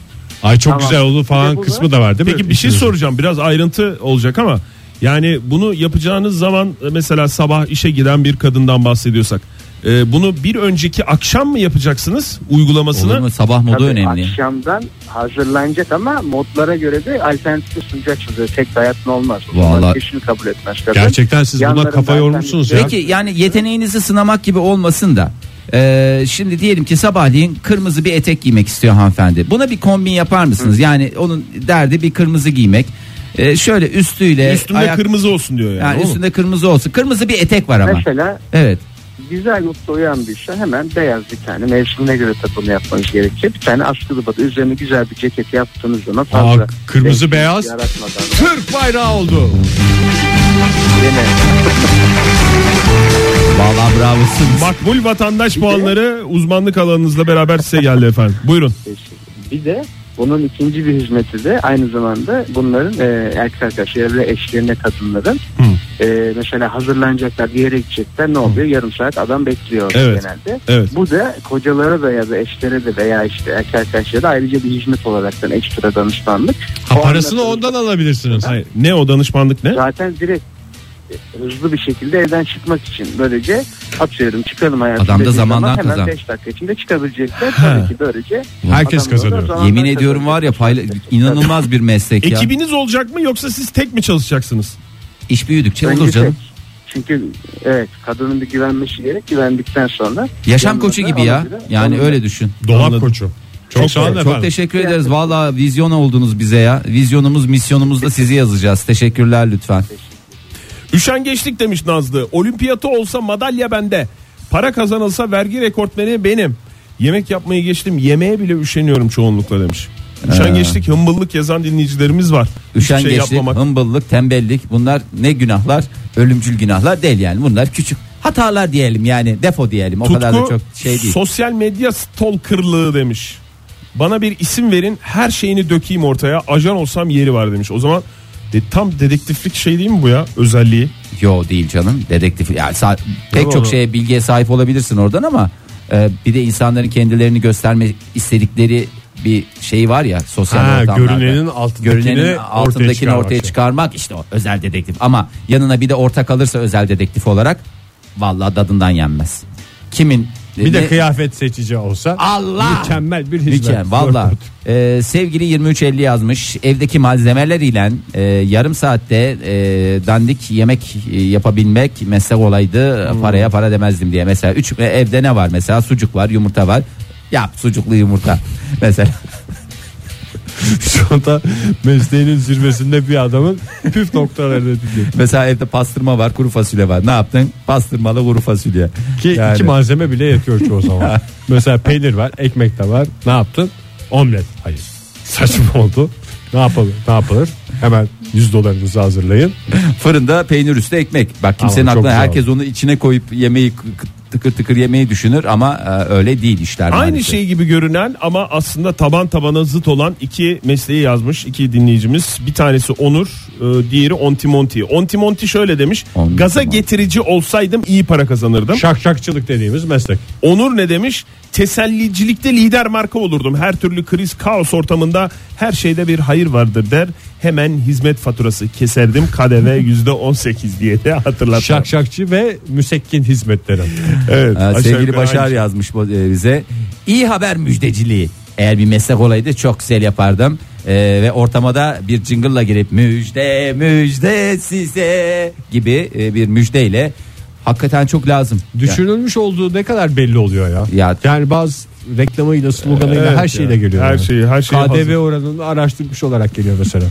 Speaker 1: Ay çok
Speaker 5: Tamam.
Speaker 1: güzel oldu
Speaker 5: Bir
Speaker 1: falan
Speaker 5: de bu-
Speaker 1: kısmı da var değil mi?
Speaker 2: Peki bir şey
Speaker 1: İçinizde?
Speaker 2: soracağım. Biraz ayrıntı olacak ama yani bunu yapacağınız zaman e, mesela sabah işe giden bir kadından bahsediyorsak e, bunu bir önceki akşam mı yapacaksınız uygulamasını?
Speaker 3: Olur mu? Sabah modu
Speaker 5: Tabii
Speaker 3: önemli.
Speaker 5: Akşamdan hazırlanacak ama modlara göre de alternatif sunacaksınız. Tek dayatma olmaz.
Speaker 3: Vallahi-
Speaker 5: Vallahi... Eşini kabul etmez. kadın.
Speaker 1: Gerçekten siz buna
Speaker 5: Yanlarında
Speaker 1: kafa yormuşsunuz ya.
Speaker 3: Peki yani yeteneğinizi sınamak gibi olmasın da. Ee, şimdi diyelim ki sabahleyin kırmızı bir etek giymek istiyor hanımefendi. Buna bir kombin yapar mısınız? Yani onun derdi bir kırmızı giymek. Ee, şöyle üstüyle
Speaker 2: Üstünde
Speaker 3: ayak-
Speaker 2: kırmızı olsun diyor yani.
Speaker 3: yani
Speaker 2: o mu?
Speaker 3: üstünde kırmızı olsun. Kırmızı bir etek var ama.
Speaker 5: Mesela
Speaker 3: Evet.
Speaker 5: güzel mutlu uyandıysa hemen beyaz bir tane mevsimine göre takımı yapmanız gerekiyor. Bir tane askılı batı üzerine güzel bir ceket yaptığınız zaman fazla.
Speaker 1: kırmızı
Speaker 5: renk
Speaker 1: beyaz.
Speaker 5: Yaratmadan
Speaker 1: Türk bayrağı oldu.
Speaker 5: yine
Speaker 3: Vallahi bravosunuz.
Speaker 2: Makbul vatandaş puanları uzmanlık alanınızla beraber size geldi efendim. Buyurun.
Speaker 5: Bir de bunun ikinci bir hizmeti de aynı zamanda bunların e, erkek arkadaşları ve eşlerine kadınların e, mesela hazırlanacaklar bir yere gidecekler ne oluyor yarım saat adam bekliyor
Speaker 2: Evet.
Speaker 5: genelde.
Speaker 2: Evet.
Speaker 5: Bu da kocalara da ya da eşlere de veya işte erkek arkadaşlara da ayrıca bir hizmet olaraktan ekstra danışmanlık.
Speaker 1: Ha,
Speaker 5: O
Speaker 1: parasını
Speaker 5: anlamda
Speaker 1: ondan alabilirsiniz.
Speaker 2: Hayır, ne o danışmanlık ne?
Speaker 5: Zaten direkt e, hızlı bir şekilde evden çıkmak için böylece atıyorum çıkalım hayatım.
Speaker 3: Adam da
Speaker 5: dediği
Speaker 3: zamandan
Speaker 5: zaman
Speaker 3: kazan.
Speaker 5: Hemen 5 dakika içinde çıkabilecekler. Tabii ki böylece.
Speaker 1: Herkes
Speaker 5: adam da
Speaker 1: kazanıyor.
Speaker 5: zamandan
Speaker 3: Yemin
Speaker 5: kazanacak.
Speaker 3: ediyorum var ya payla- inanılmaz bir meslek ya.
Speaker 2: Ekibiniz olacak mı yoksa siz tek mi çalışacaksınız?
Speaker 3: İş büyüdükçe
Speaker 5: Bence
Speaker 3: olur canım.
Speaker 5: tek. Çünkü evet kadının bir güvenmesi gerek. Güvendikten sonra
Speaker 3: Yaşam
Speaker 5: yanında
Speaker 3: koçu
Speaker 5: da
Speaker 3: gibi ya.
Speaker 5: ona göre-
Speaker 3: Yani
Speaker 5: ona
Speaker 3: öyle düşün.
Speaker 1: Dolap
Speaker 2: Anladım.
Speaker 1: koçu. Çok sağ olun
Speaker 3: Çok
Speaker 1: efendim.
Speaker 3: teşekkür ederiz. Valla vizyon oldunuz bize ya. Vizyonumuz, misyonumuz da sizi yazacağız. Teşekkürler lütfen.
Speaker 2: Üşengeçlik demiş Nazlı. Olimpiyatı olsa madalya bende. Para kazanılsa vergi rekortmeni benim. Yemek yapmayı geçtim. Yemeğe bile üşeniyorum çoğunlukla demiş. Üşengeçlik, hımbıllık yazan dinleyicilerimiz var. Hiçbir şey
Speaker 3: Üşengeçlik,
Speaker 2: yapmamak.
Speaker 3: hımbıllık, tembellik bunlar ne günahlar? Ölümcül günahlar değil yani. Bunlar küçük hatalar diyelim yani defo diyelim. O kadar da
Speaker 2: Tutku
Speaker 3: çok şey değil.
Speaker 2: sosyal medya stalkerlığı demiş. Bana bir isim verin her şeyini dökeyim ortaya ajan olsam yeri var demiş. O zaman de, tam dedektiflik şey değil mi bu ya özelliği?
Speaker 3: Yo değil canım. Dedektif yani sa- pek
Speaker 2: Doğru.
Speaker 3: çok şeye bilgiye sahip olabilirsin oradan ama e, bir de insanların kendilerini gösterme istedikleri bir şey var ya sosyal
Speaker 1: Ha,
Speaker 3: ortamlarda.
Speaker 1: görünenin altındakini
Speaker 3: Görünenin
Speaker 1: ortaya
Speaker 3: altındakini ortaya,
Speaker 1: çıkarmak şey.
Speaker 3: çıkarmak işte o özel dedektif. Ama yanına bir de ortak alırsa özel dedektif olarak vallahi dadından yenmez. Kimin
Speaker 1: Bir
Speaker 3: ne-
Speaker 1: de kıyafet seçici olsa
Speaker 3: Allah!
Speaker 1: mükemmel bir hizmet.
Speaker 3: Mükemmel valla.
Speaker 1: Dört dört.
Speaker 3: Ee, sevgili 2350 yazmış. Evdeki malzemeler ile e, yarım saatte e, dandik yemek e, yapabilmek meslek olaydı.
Speaker 1: Hmm.
Speaker 3: Paraya para demezdim diye. Mesela üç e, evde ne var mesela? Sucuk var, yumurta var. Yap sucuklu yumurta. mesela
Speaker 1: Şu anda mesleğinin zirvesinde bir adamın püf noktalarını dinliyor.
Speaker 3: mesela evde pastırma var, kuru fasulye var. Ne yaptın? Pastırmalı kuru fasulye.
Speaker 1: Ki
Speaker 3: Yani-
Speaker 1: iki malzeme bile yetiyor çoğu zaman. Mesela peynir var, ekmek de var. Ne yaptın? Omlet. Hayır. Saçma oldu. Ne yapalım? Ne yapılır? Hemen 100 dolarınızı hazırlayın.
Speaker 3: Fırında peynir üstü ekmek. Bak kimsenin
Speaker 1: Ama çok
Speaker 3: aklına
Speaker 1: güzel.
Speaker 3: herkes onu içine koyup yemeği kı- tıkır tıkır yemeği düşünür ama e, öyle değil işler.
Speaker 2: Aynı
Speaker 3: maalesef.
Speaker 2: şey gibi görünen ama aslında taban tabana zıt olan iki mesleği yazmış iki dinleyicimiz. Bir tanesi Onur, e, diğeri Ontimonti. Ontimonti şöyle demiş.
Speaker 3: Ontimonti.
Speaker 2: Gaza getirici olsaydım iyi para kazanırdım.
Speaker 1: Şakşakçılık dediğimiz meslek.
Speaker 2: Onur ne demiş? Tesellicilikte lider marka olurdum. Her türlü kriz kaos ortamında her şeyde bir hayır vardır der. Hemen hizmet faturası keserdim. KDV yüzde %18 diye de hatırlattı.
Speaker 1: Şakşakçı ve müsekkin hizmetleri.
Speaker 2: Evet,
Speaker 3: E,
Speaker 2: aşağı
Speaker 3: sevgili
Speaker 2: yukarı
Speaker 3: Başar
Speaker 2: aynı. şey.
Speaker 3: yazmış bu- e, bize. İyi haber müjdeciliği. Eğer bir meslek olaydı çok güzel yapardım. E, ve ortama da bir jingle'la girip müjde müjde size gibi e, bir müjdeyle hakikaten çok lazım.
Speaker 1: Düşünülmüş olduğu ne kadar belli oluyor ya.
Speaker 3: Ya-
Speaker 1: Yani bazı reklamıyla, sloganıyla
Speaker 2: Evet
Speaker 1: her şey- şeyle
Speaker 2: ya.
Speaker 1: geliyor.
Speaker 2: Her
Speaker 1: yani.
Speaker 2: şeyi, her şeyi
Speaker 1: KDV
Speaker 2: hazır.
Speaker 1: oranını araştırmış olarak geliyor mesela.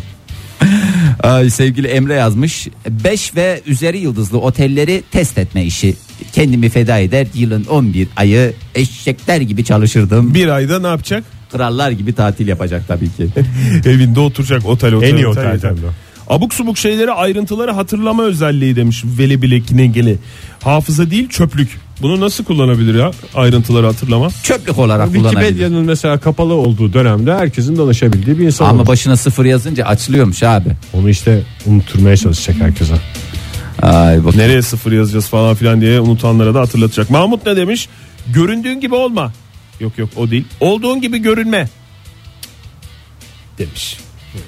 Speaker 3: Ay, e, sevgili Emre yazmış. 5 ve üzeri yıldızlı otelleri test etme işi. Kendimi feda eder yılın 11 ayı eşekler gibi çalışırdım.
Speaker 2: Bir ayda ne yapacak?
Speaker 3: Krallar gibi tatil yapacak tabii ki.
Speaker 2: Evinde oturacak otel otel.
Speaker 1: En iyi otel
Speaker 2: yeter.
Speaker 1: tabii.
Speaker 2: Abuk subuk şeyleri ayrıntıları hatırlama özelliği demiş Veli Bilek'ine geli. Hafıza değil çöplük. Bunu nasıl kullanabilir ya ayrıntıları hatırlama?
Speaker 3: Çöplük olarak kullanabilir.
Speaker 1: Wikipedia'nın mesela kapalı olduğu dönemde herkesin dolaşabildiği bir insan
Speaker 3: Ama
Speaker 1: olmuş.
Speaker 3: başına sıfır yazınca açılıyormuş abi.
Speaker 1: Onu işte unutturmaya çalışacak herkese.
Speaker 3: Ay bak.
Speaker 2: Nereye sıfır yazacağız falan filan diye unutanlara da hatırlatacak. Mahmut ne demiş? Göründüğün gibi olma. Yok yok o değil. Olduğun gibi görünme. Demiş. Şey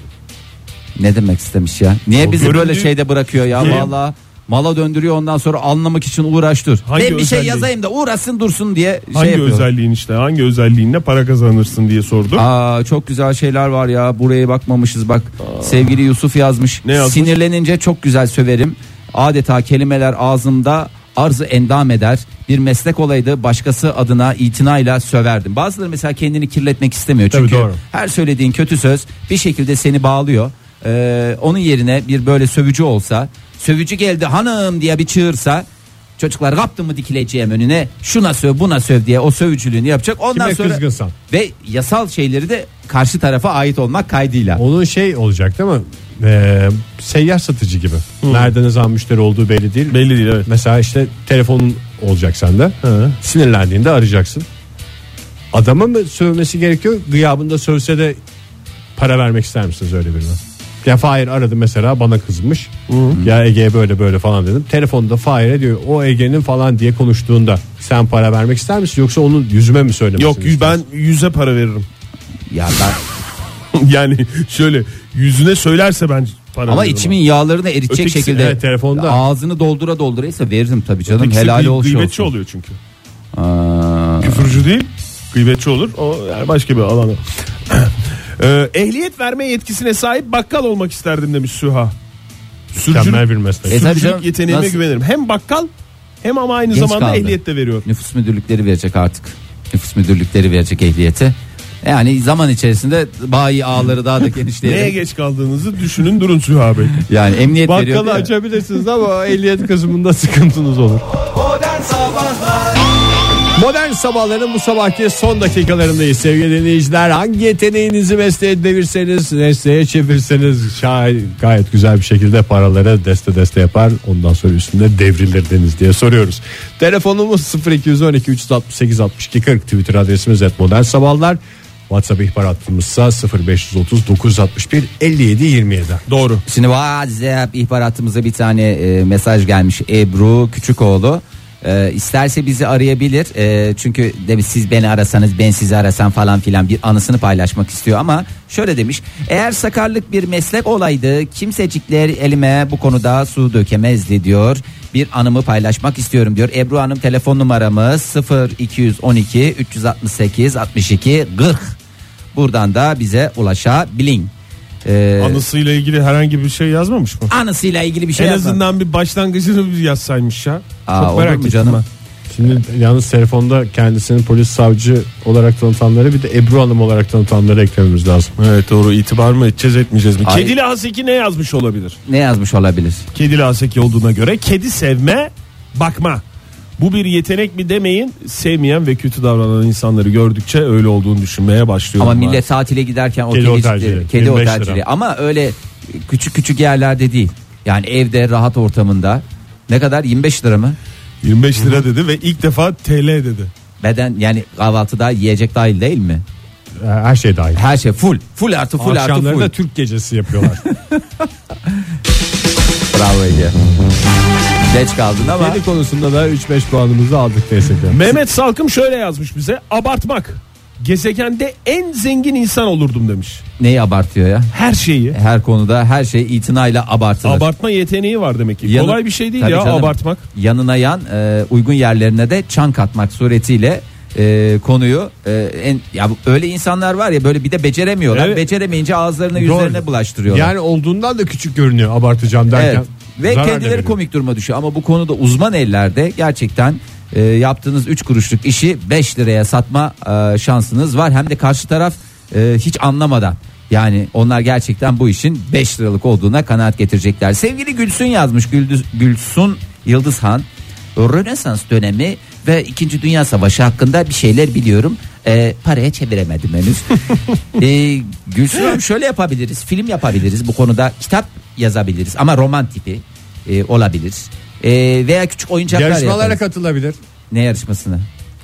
Speaker 3: Ne demek istemiş ya? Niye
Speaker 2: O
Speaker 3: bizi
Speaker 2: göründüğü-
Speaker 3: böyle şeyde bırakıyor ya
Speaker 2: Ne?
Speaker 3: valla? Mala döndürüyor ondan sonra anlamak için uğraştır.
Speaker 2: Hangi
Speaker 3: ben bir şey
Speaker 2: özelliği?
Speaker 3: yazayım da uğraşsın dursun diye şey
Speaker 2: hangi
Speaker 3: yapıyor.
Speaker 2: özelliğin işte hangi özelliğinle para kazanırsın diye sordu.
Speaker 3: Aa çok güzel şeyler var ya. Buraya bakmamışız bak. Sevgili Yusuf yazmış.
Speaker 2: Ne yazmış?
Speaker 3: Sinirlenince çok güzel söverim. Adeta kelimeler ağzımda arzı endam eder. Bir meslek olaydı başkası adına itinayla söverdim. Bazıları mesela kendini kirletmek istemiyor.
Speaker 1: Tabii,
Speaker 3: Çünkü
Speaker 1: doğru.
Speaker 3: her söylediğin kötü söz bir şekilde seni bağlıyor. Ee, onun yerine bir böyle sövücü olsa, sövücü geldi hanım diye bir çığırsa çocuklar kaptın mı dikileceğim önüne şuna söv buna söv diye o sövücülüğünü yapacak. Ondan
Speaker 1: Kime
Speaker 3: sonra
Speaker 1: kızgınsan.
Speaker 3: ve yasal şeyleri de karşı tarafa ait olmak kaydıyla.
Speaker 1: Onun şey olacak değil mi? Ee, seyyar satıcı gibi. Nerede ne zaman müşteri olduğu belli değil.
Speaker 2: Belli değil evet.
Speaker 1: Mesela işte telefonun olacak sende. Sinirlendiğinde arayacaksın. Adama mı sövmesi gerekiyor? Gıyabında sövse de para vermek ister misiniz öyle birine? Ya Fahir aradı mesela bana kızmış. Ya Ege'ye böyle böyle falan dedim. Telefonda Fahir'e diyor o Ege'nin falan diye konuştuğunda sen para vermek ister misin yoksa onun yüzüme mi söylemesini
Speaker 2: Yok
Speaker 1: istersin?
Speaker 2: ben yüze para veririm.
Speaker 3: Ya ben,
Speaker 2: yani şöyle yüzüne söylerse ben para
Speaker 3: ama
Speaker 2: veririm.
Speaker 3: içimin yağlarını eritecek
Speaker 2: Ötekisi,
Speaker 3: şekilde
Speaker 1: evet, telefonda.
Speaker 3: ağzını doldura dolduraysa veririm tabii canım.
Speaker 2: İkisi
Speaker 3: Helali
Speaker 2: gıy-
Speaker 3: olsun.
Speaker 2: Gıybetçi
Speaker 3: olsun.
Speaker 2: oluyor çünkü.
Speaker 3: Aa,
Speaker 2: Küfürcü değil gıybetçi olur. O yani başka bir alanı. Ee, ehliyet verme yetkisine sahip bakkal olmak isterdim demiş Süha.
Speaker 1: mükemmel
Speaker 2: Sürücülük,
Speaker 1: bir meslek.
Speaker 3: E, tabii canım,
Speaker 2: sürücülük yeteneğime
Speaker 3: nasıl-
Speaker 2: güvenirim. Hem bakkal hem ama aynı
Speaker 3: Genç
Speaker 2: zamanda
Speaker 3: kaldı.
Speaker 2: ehliyet de veriyor.
Speaker 3: nüfus müdürlükleri verecek artık. Nüfus müdürlükleri verecek ehliyeti. Yani zaman içerisinde bayi ağları daha da
Speaker 2: Neye
Speaker 3: genişleyerek.
Speaker 2: geç kaldığınızı düşünün durun Süha Bey.
Speaker 3: yani emniyet veriyor.
Speaker 1: Bakkalı açabilirsiniz ama ehliyet kısmında sıkıntınız olur. Modern sabahların bu sabahki son dakikalarındayız sevgili dinleyiciler. Hangi yeteneğinizi mesleğe devirseniz, mesleğe çevirseniz şay- gayet güzel bir şekilde paraları deste deste yapar. Ondan sonra üstünde devrilirdiniz diye soruyoruz. Telefonumuz 0212 368 62 40 Twitter adresimiz et modern sabahlar. WhatsApp ihbar hattımızsa 0530 961 57 27.
Speaker 2: Doğru.
Speaker 3: Şimdi WhatsApp ihbaratımıza bir tane e, mesaj gelmiş Ebru Küçükoğlu. E, isterse bizi arayabilir. E, çünkü demiş siz beni arasanız ben sizi arasam falan filan bir anısını paylaşmak istiyor ama şöyle demiş. Eğer sakarlık bir meslek olaydı kimsecikler elime bu konuda su dökemezdi diyor. Bir anımı paylaşmak istiyorum diyor. Ebru Hanım telefon numaramız 0212 368 62 40. Buradan da bize ulaşabilin. E,
Speaker 2: Anısıyla ilgili herhangi bir şey yazmamış mı?
Speaker 3: anısıyla ilgili bir şey
Speaker 2: en
Speaker 3: yazma.
Speaker 2: azından bir başlangıcını bir yazsaymış ya.
Speaker 3: Aa,
Speaker 2: Çok
Speaker 3: olur
Speaker 2: merak
Speaker 3: mu
Speaker 2: ettim
Speaker 3: canım?
Speaker 2: ben.
Speaker 1: Şimdi yalnız telefonda kendisini polis savcı olarak tanıtanları bir de Ebru Hanım olarak tanıtanları eklememiz lazım.
Speaker 2: Evet doğru itibar mı edeceğiz etmeyeceğiz mi?
Speaker 3: Ay-
Speaker 2: Kedili Haseki ne yazmış olabilir?
Speaker 3: Ne yazmış olabilir?
Speaker 2: Kedili Haseki olduğuna göre kedi sevme bakma. Bu bir yetenek mi demeyin sevmeyen ve kötü davranan insanları gördükçe öyle olduğunu düşünmeye başlıyorum.
Speaker 3: Ama
Speaker 2: ben.
Speaker 3: millet tatile giderken o
Speaker 1: Kedi
Speaker 3: kedi
Speaker 1: otelciliği,
Speaker 3: otelciliği, kedi
Speaker 1: 25 lira.
Speaker 3: otelciliği. ama öyle küçük küçük yerlerde değil. Yani evde rahat ortamında ne kadar 25 lira mı?
Speaker 2: 25 lira dedi ve ilk defa TL dedi.
Speaker 3: Beden yani kahvaltıda yiyecek dahil değil mi?
Speaker 1: Her şey dahil.
Speaker 3: Her şey full. Full artı full artı
Speaker 1: Akşamları
Speaker 3: full.
Speaker 1: da Türk gecesi yapıyorlar.
Speaker 3: Bravo Ege. Geç kaldın ama.
Speaker 1: Yeni konusunda da 3-5 puanımızı aldık neyse ki.
Speaker 2: Mehmet Salkım şöyle yazmış bize. Abartmak. Gezegende en zengin insan olurdum demiş.
Speaker 3: Neyi abartıyor ya?
Speaker 2: Her şeyi.
Speaker 3: Her konuda her şey itinayla abartılır.
Speaker 2: Abartma yeteneği var demek ki.
Speaker 3: Yanı-
Speaker 2: Kolay bir şey değil
Speaker 3: Tabii
Speaker 2: ya
Speaker 3: canım.
Speaker 2: abartmak.
Speaker 3: Yanına yan e, uygun yerlerine de çan katmak suretiyle e, konuyu e, en ya bu- öyle insanlar var ya böyle bir de beceremiyorlar.
Speaker 2: Evet.
Speaker 3: Beceremeyince ağızlarına
Speaker 1: Doğru.
Speaker 3: yüzlerine bulaştırıyorlar.
Speaker 1: Yani olduğundan da küçük görünüyor abartacağım derken.
Speaker 3: evet. Ve
Speaker 1: zarar da
Speaker 3: kendileri
Speaker 1: veriyor.
Speaker 3: komik duruma düşüyor ama bu konuda uzman ellerde gerçekten e, yaptığınız 3 kuruşluk işi 5 liraya satma e, şansınız var. Hem de karşı taraf e, hiç anlamadan yani onlar gerçekten bu işin 5 liralık olduğuna kanaat getirecekler. Sevgili Gülsün yazmış Güldüz, Gülsün Yıldızhan. Rönesans dönemi ve 2. Dünya Savaşı hakkında bir şeyler biliyorum. E, paraya çeviremedim henüz. e, Gülsün Hanım şöyle yapabiliriz. Film yapabiliriz. Bu konuda kitap yazabiliriz. Ama roman tipi e, olabilir. E, veya küçük oyuncaklar
Speaker 1: Yarışmalara
Speaker 3: yaparız.
Speaker 1: katılabilir.
Speaker 3: Ne yarışmasını?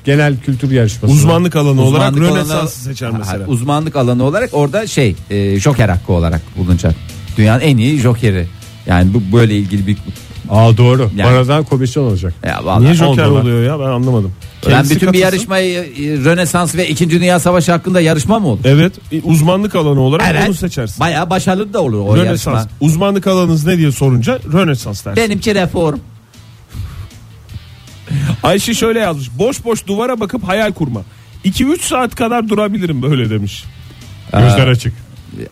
Speaker 1: Genel kültür yarışması.
Speaker 2: Uzmanlık alanı olarak
Speaker 3: Uzmanlık alanı-
Speaker 2: Rönesans'ı seçer mesela.
Speaker 3: Ha, Uzmanlık alanı olarak orada şey e, joker hakkı olarak bulunacak. Dünyanın en iyi jokeri. Yani bu böyle ilgili bir...
Speaker 1: Aa doğru.
Speaker 3: Yani-
Speaker 1: Paradan komisyon olacak.
Speaker 3: Ya vallahi
Speaker 2: Niye joker
Speaker 3: oldu lan.
Speaker 2: oluyor ya ben anlamadım.
Speaker 3: Ben
Speaker 2: Kendisi
Speaker 3: bütün bir
Speaker 2: katılsın.
Speaker 3: yarışmayı e, Rönesans ve 2. Dünya Savaşı hakkında yarışma mı olur?
Speaker 2: Evet e, uzmanlık alanı olarak onu seçersin.
Speaker 3: Bayağı başarılı da olur o
Speaker 2: Rönesans.
Speaker 3: yarışma.
Speaker 2: Uzmanlık alanınız ne diye sorunca Rönesans dersin.
Speaker 3: Benimki reform.
Speaker 2: Ayşe şöyle yazmış. Boş boş duvara bakıp hayal kurma. 2-3 saat kadar durabilirim böyle demiş.
Speaker 1: Gözler açık.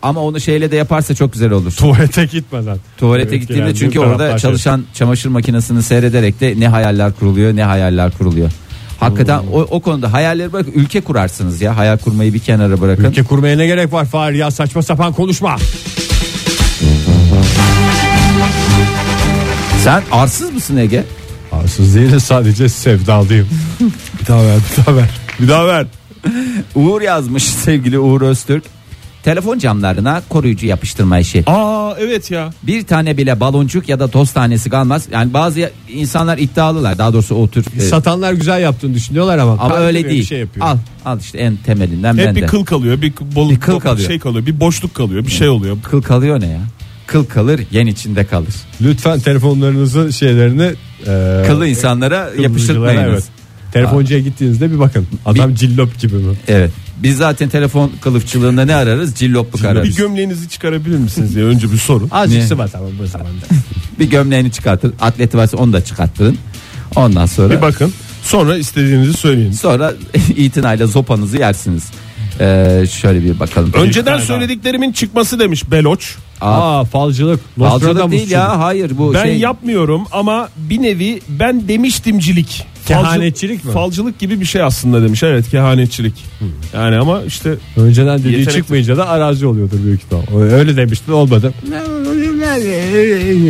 Speaker 3: Ama onu şeyle de yaparsa çok güzel olur.
Speaker 1: Tuvalete gitmeden.
Speaker 3: Tuvalete
Speaker 1: Evet,
Speaker 3: gittiğinde
Speaker 1: yani
Speaker 3: çünkü
Speaker 1: bir
Speaker 3: orada
Speaker 1: taraftan şey-
Speaker 3: çalışan çamaşır makinesini seyrederek de ne hayaller kuruluyor ne hayaller kuruluyor. Hakikaten o, o konuda hayalleri bırak ülke kurarsınız ya hayal kurmayı bir kenara bırakın.
Speaker 1: Ülke kurmaya ne gerek var Fahir ya saçma sapan konuşma.
Speaker 3: Sen arsız mısın Ege?
Speaker 1: Arsız değil sadece sevdalıyım. bir daha ver bir daha ver.
Speaker 2: Bir daha ver.
Speaker 3: Uğur yazmış sevgili Uğur Öztürk. Telefon camlarına koruyucu yapıştırma işi.
Speaker 2: Aa evet ya.
Speaker 3: Bir tane bile baloncuk ya da toz tanesi kalmaz. Yani bazı ya- insanlar iddialılar. Daha doğrusu o tür e,
Speaker 1: Satanlar güzel yaptığını düşünüyorlar ama.
Speaker 3: ama
Speaker 1: kaldırıyor,
Speaker 3: öyle
Speaker 1: bir
Speaker 3: değil.
Speaker 1: Şey yapıyor.
Speaker 3: al al işte en temelinden
Speaker 2: şey. Hep
Speaker 3: ben
Speaker 2: bir
Speaker 3: de.
Speaker 2: kıl kalıyor, bir k- bol,
Speaker 3: Bir kıl
Speaker 2: bol-
Speaker 3: kalıyor.
Speaker 2: şey kalıyor, bir boşluk kalıyor, bir şey oluyor.
Speaker 3: Kıl kalıyor ne ya? Kıl kalır, yen içinde kalır.
Speaker 1: Lütfen telefonlarınızın şeylerini e,
Speaker 3: Kıllı insanlara
Speaker 1: kıllıcılara,
Speaker 3: yapıştırmayınız.
Speaker 1: evet. Telefoncuya gittiğinizde bir bakın. Adam cillop gibi mi?
Speaker 3: Evet. Biz zaten telefon kılıfçılığında ne ararız? Cillopluk
Speaker 2: Bir
Speaker 3: ararız.
Speaker 2: gömleğinizi çıkarabilir misiniz diye önce bir sorun.
Speaker 1: Azıcık
Speaker 3: Ne?
Speaker 1: sıva tamam bu zamanda.
Speaker 3: Bir gömleğini çıkartır. Atleti varsa onu da çıkarttırın. Ondan sonra
Speaker 2: Bir bakın. Sonra istediğinizi söyleyin.
Speaker 3: sonra itinayla zopanızı yersiniz. Ee, şöyle bir bakalım.
Speaker 2: Önceden söylediklerimin çıkması demiş Beloç.
Speaker 3: Aa,
Speaker 1: Aa falcılık.
Speaker 3: Falcılık değil
Speaker 1: Nostradamusçuluk.
Speaker 3: ya. Hayır bu
Speaker 2: Ben
Speaker 3: şey.
Speaker 2: yapmıyorum ama bir nevi ben demiştimcilik.
Speaker 1: Kehanetçilik mi? Hmm.
Speaker 2: Falcılık gibi bir şey aslında demiş. Evet kehanetçilik. Yani ama işte
Speaker 1: Önceden dediği
Speaker 2: Yetenek-
Speaker 1: çıkmayınca da arazi oluyordur büyük ihtimal. Öyle demiştin olmadı.
Speaker 3: Ee,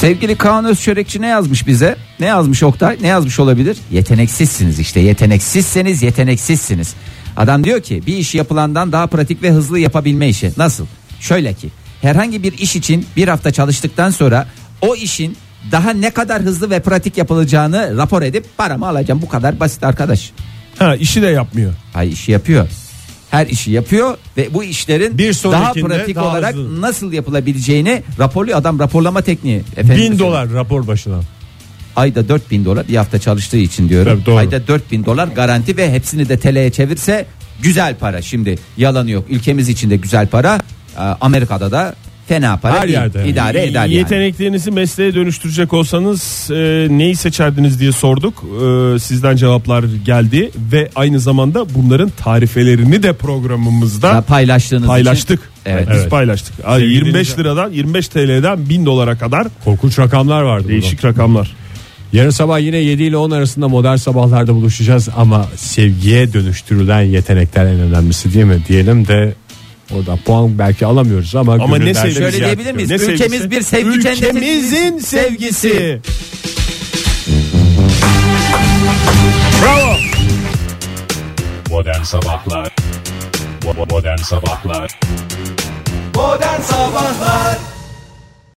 Speaker 3: Sevgili Kaan Özçörekçi ne yazmış bize? Ne yazmış Oktay? Ne yazmış olabilir? Yeteneksizsiniz işte. Yeteneksizseniz yeteneksizsiniz. Adam diyor ki bir işi yapılandan daha pratik ve hızlı yapabilme işi. Nasıl? Şöyle ki herhangi bir iş için bir hafta çalıştıktan sonra o işin daha ne kadar hızlı ve pratik yapılacağını rapor edip paramı alacağım. Bu kadar basit arkadaş.
Speaker 2: ha işi de yapmıyor.
Speaker 3: Hayır işi yapıyor. Her işi yapıyor ve bu işlerin
Speaker 1: Bir
Speaker 3: daha
Speaker 1: sonrakinde
Speaker 3: pratik
Speaker 1: daha
Speaker 3: olarak
Speaker 1: hızlı.
Speaker 3: nasıl yapılabileceğini raporluyor. Adam raporlama tekniği. Efendim,
Speaker 1: Bin dolar rapor başına.
Speaker 3: ayda 4000 dolar bir hafta çalıştığı için diyorum.
Speaker 1: Tabii, doğru.
Speaker 3: Ayda 4000 dolar garanti ve hepsini de TL'ye çevirse güzel para. Şimdi yalanı yok. Ülkemiz için de güzel para. Ee, Amerika'da da fena para.
Speaker 1: Her
Speaker 3: İ-
Speaker 1: yerde.
Speaker 3: idare eder yani.
Speaker 2: Yeteneklerinizi mesleğe dönüştürecek olsanız e, neyi seçerdiniz diye sorduk. E, sizden cevaplar geldi ve aynı zamanda bunların tarifelerini de
Speaker 3: Ha,
Speaker 2: programımızda
Speaker 3: paylaştığınız
Speaker 2: paylaştık.
Speaker 3: için. Evet.
Speaker 2: Biz
Speaker 1: Evet.
Speaker 2: paylaştık. Ay,
Speaker 1: Sevgili
Speaker 2: 25
Speaker 1: dinleyiciler.
Speaker 2: liradan 25 TL'den 1000 dolara kadar
Speaker 1: Korkunç rakamlar vardı. Değişik.
Speaker 2: değişik rakamlar.
Speaker 1: Yarın sabah yine 7 ile 10 arasında modern sabahlarda buluşacağız ama sevgiye dönüştürülen yetenekler en önemlisi değil mi? Diyelim de orada puan belki alamıyoruz ama,
Speaker 2: Ama ne
Speaker 1: gönülden-
Speaker 2: sevgi-
Speaker 3: Şöyle
Speaker 2: Güzel.
Speaker 3: diyebilir miyiz?
Speaker 2: Ne sevgisi?
Speaker 3: Ülkemiz bir sevgi
Speaker 2: Ülkemizin
Speaker 3: kendimizin
Speaker 2: sevgisi. Bravo.
Speaker 6: Modern Sabahlar Bo- Modern Sabahlar Modern Sabahlar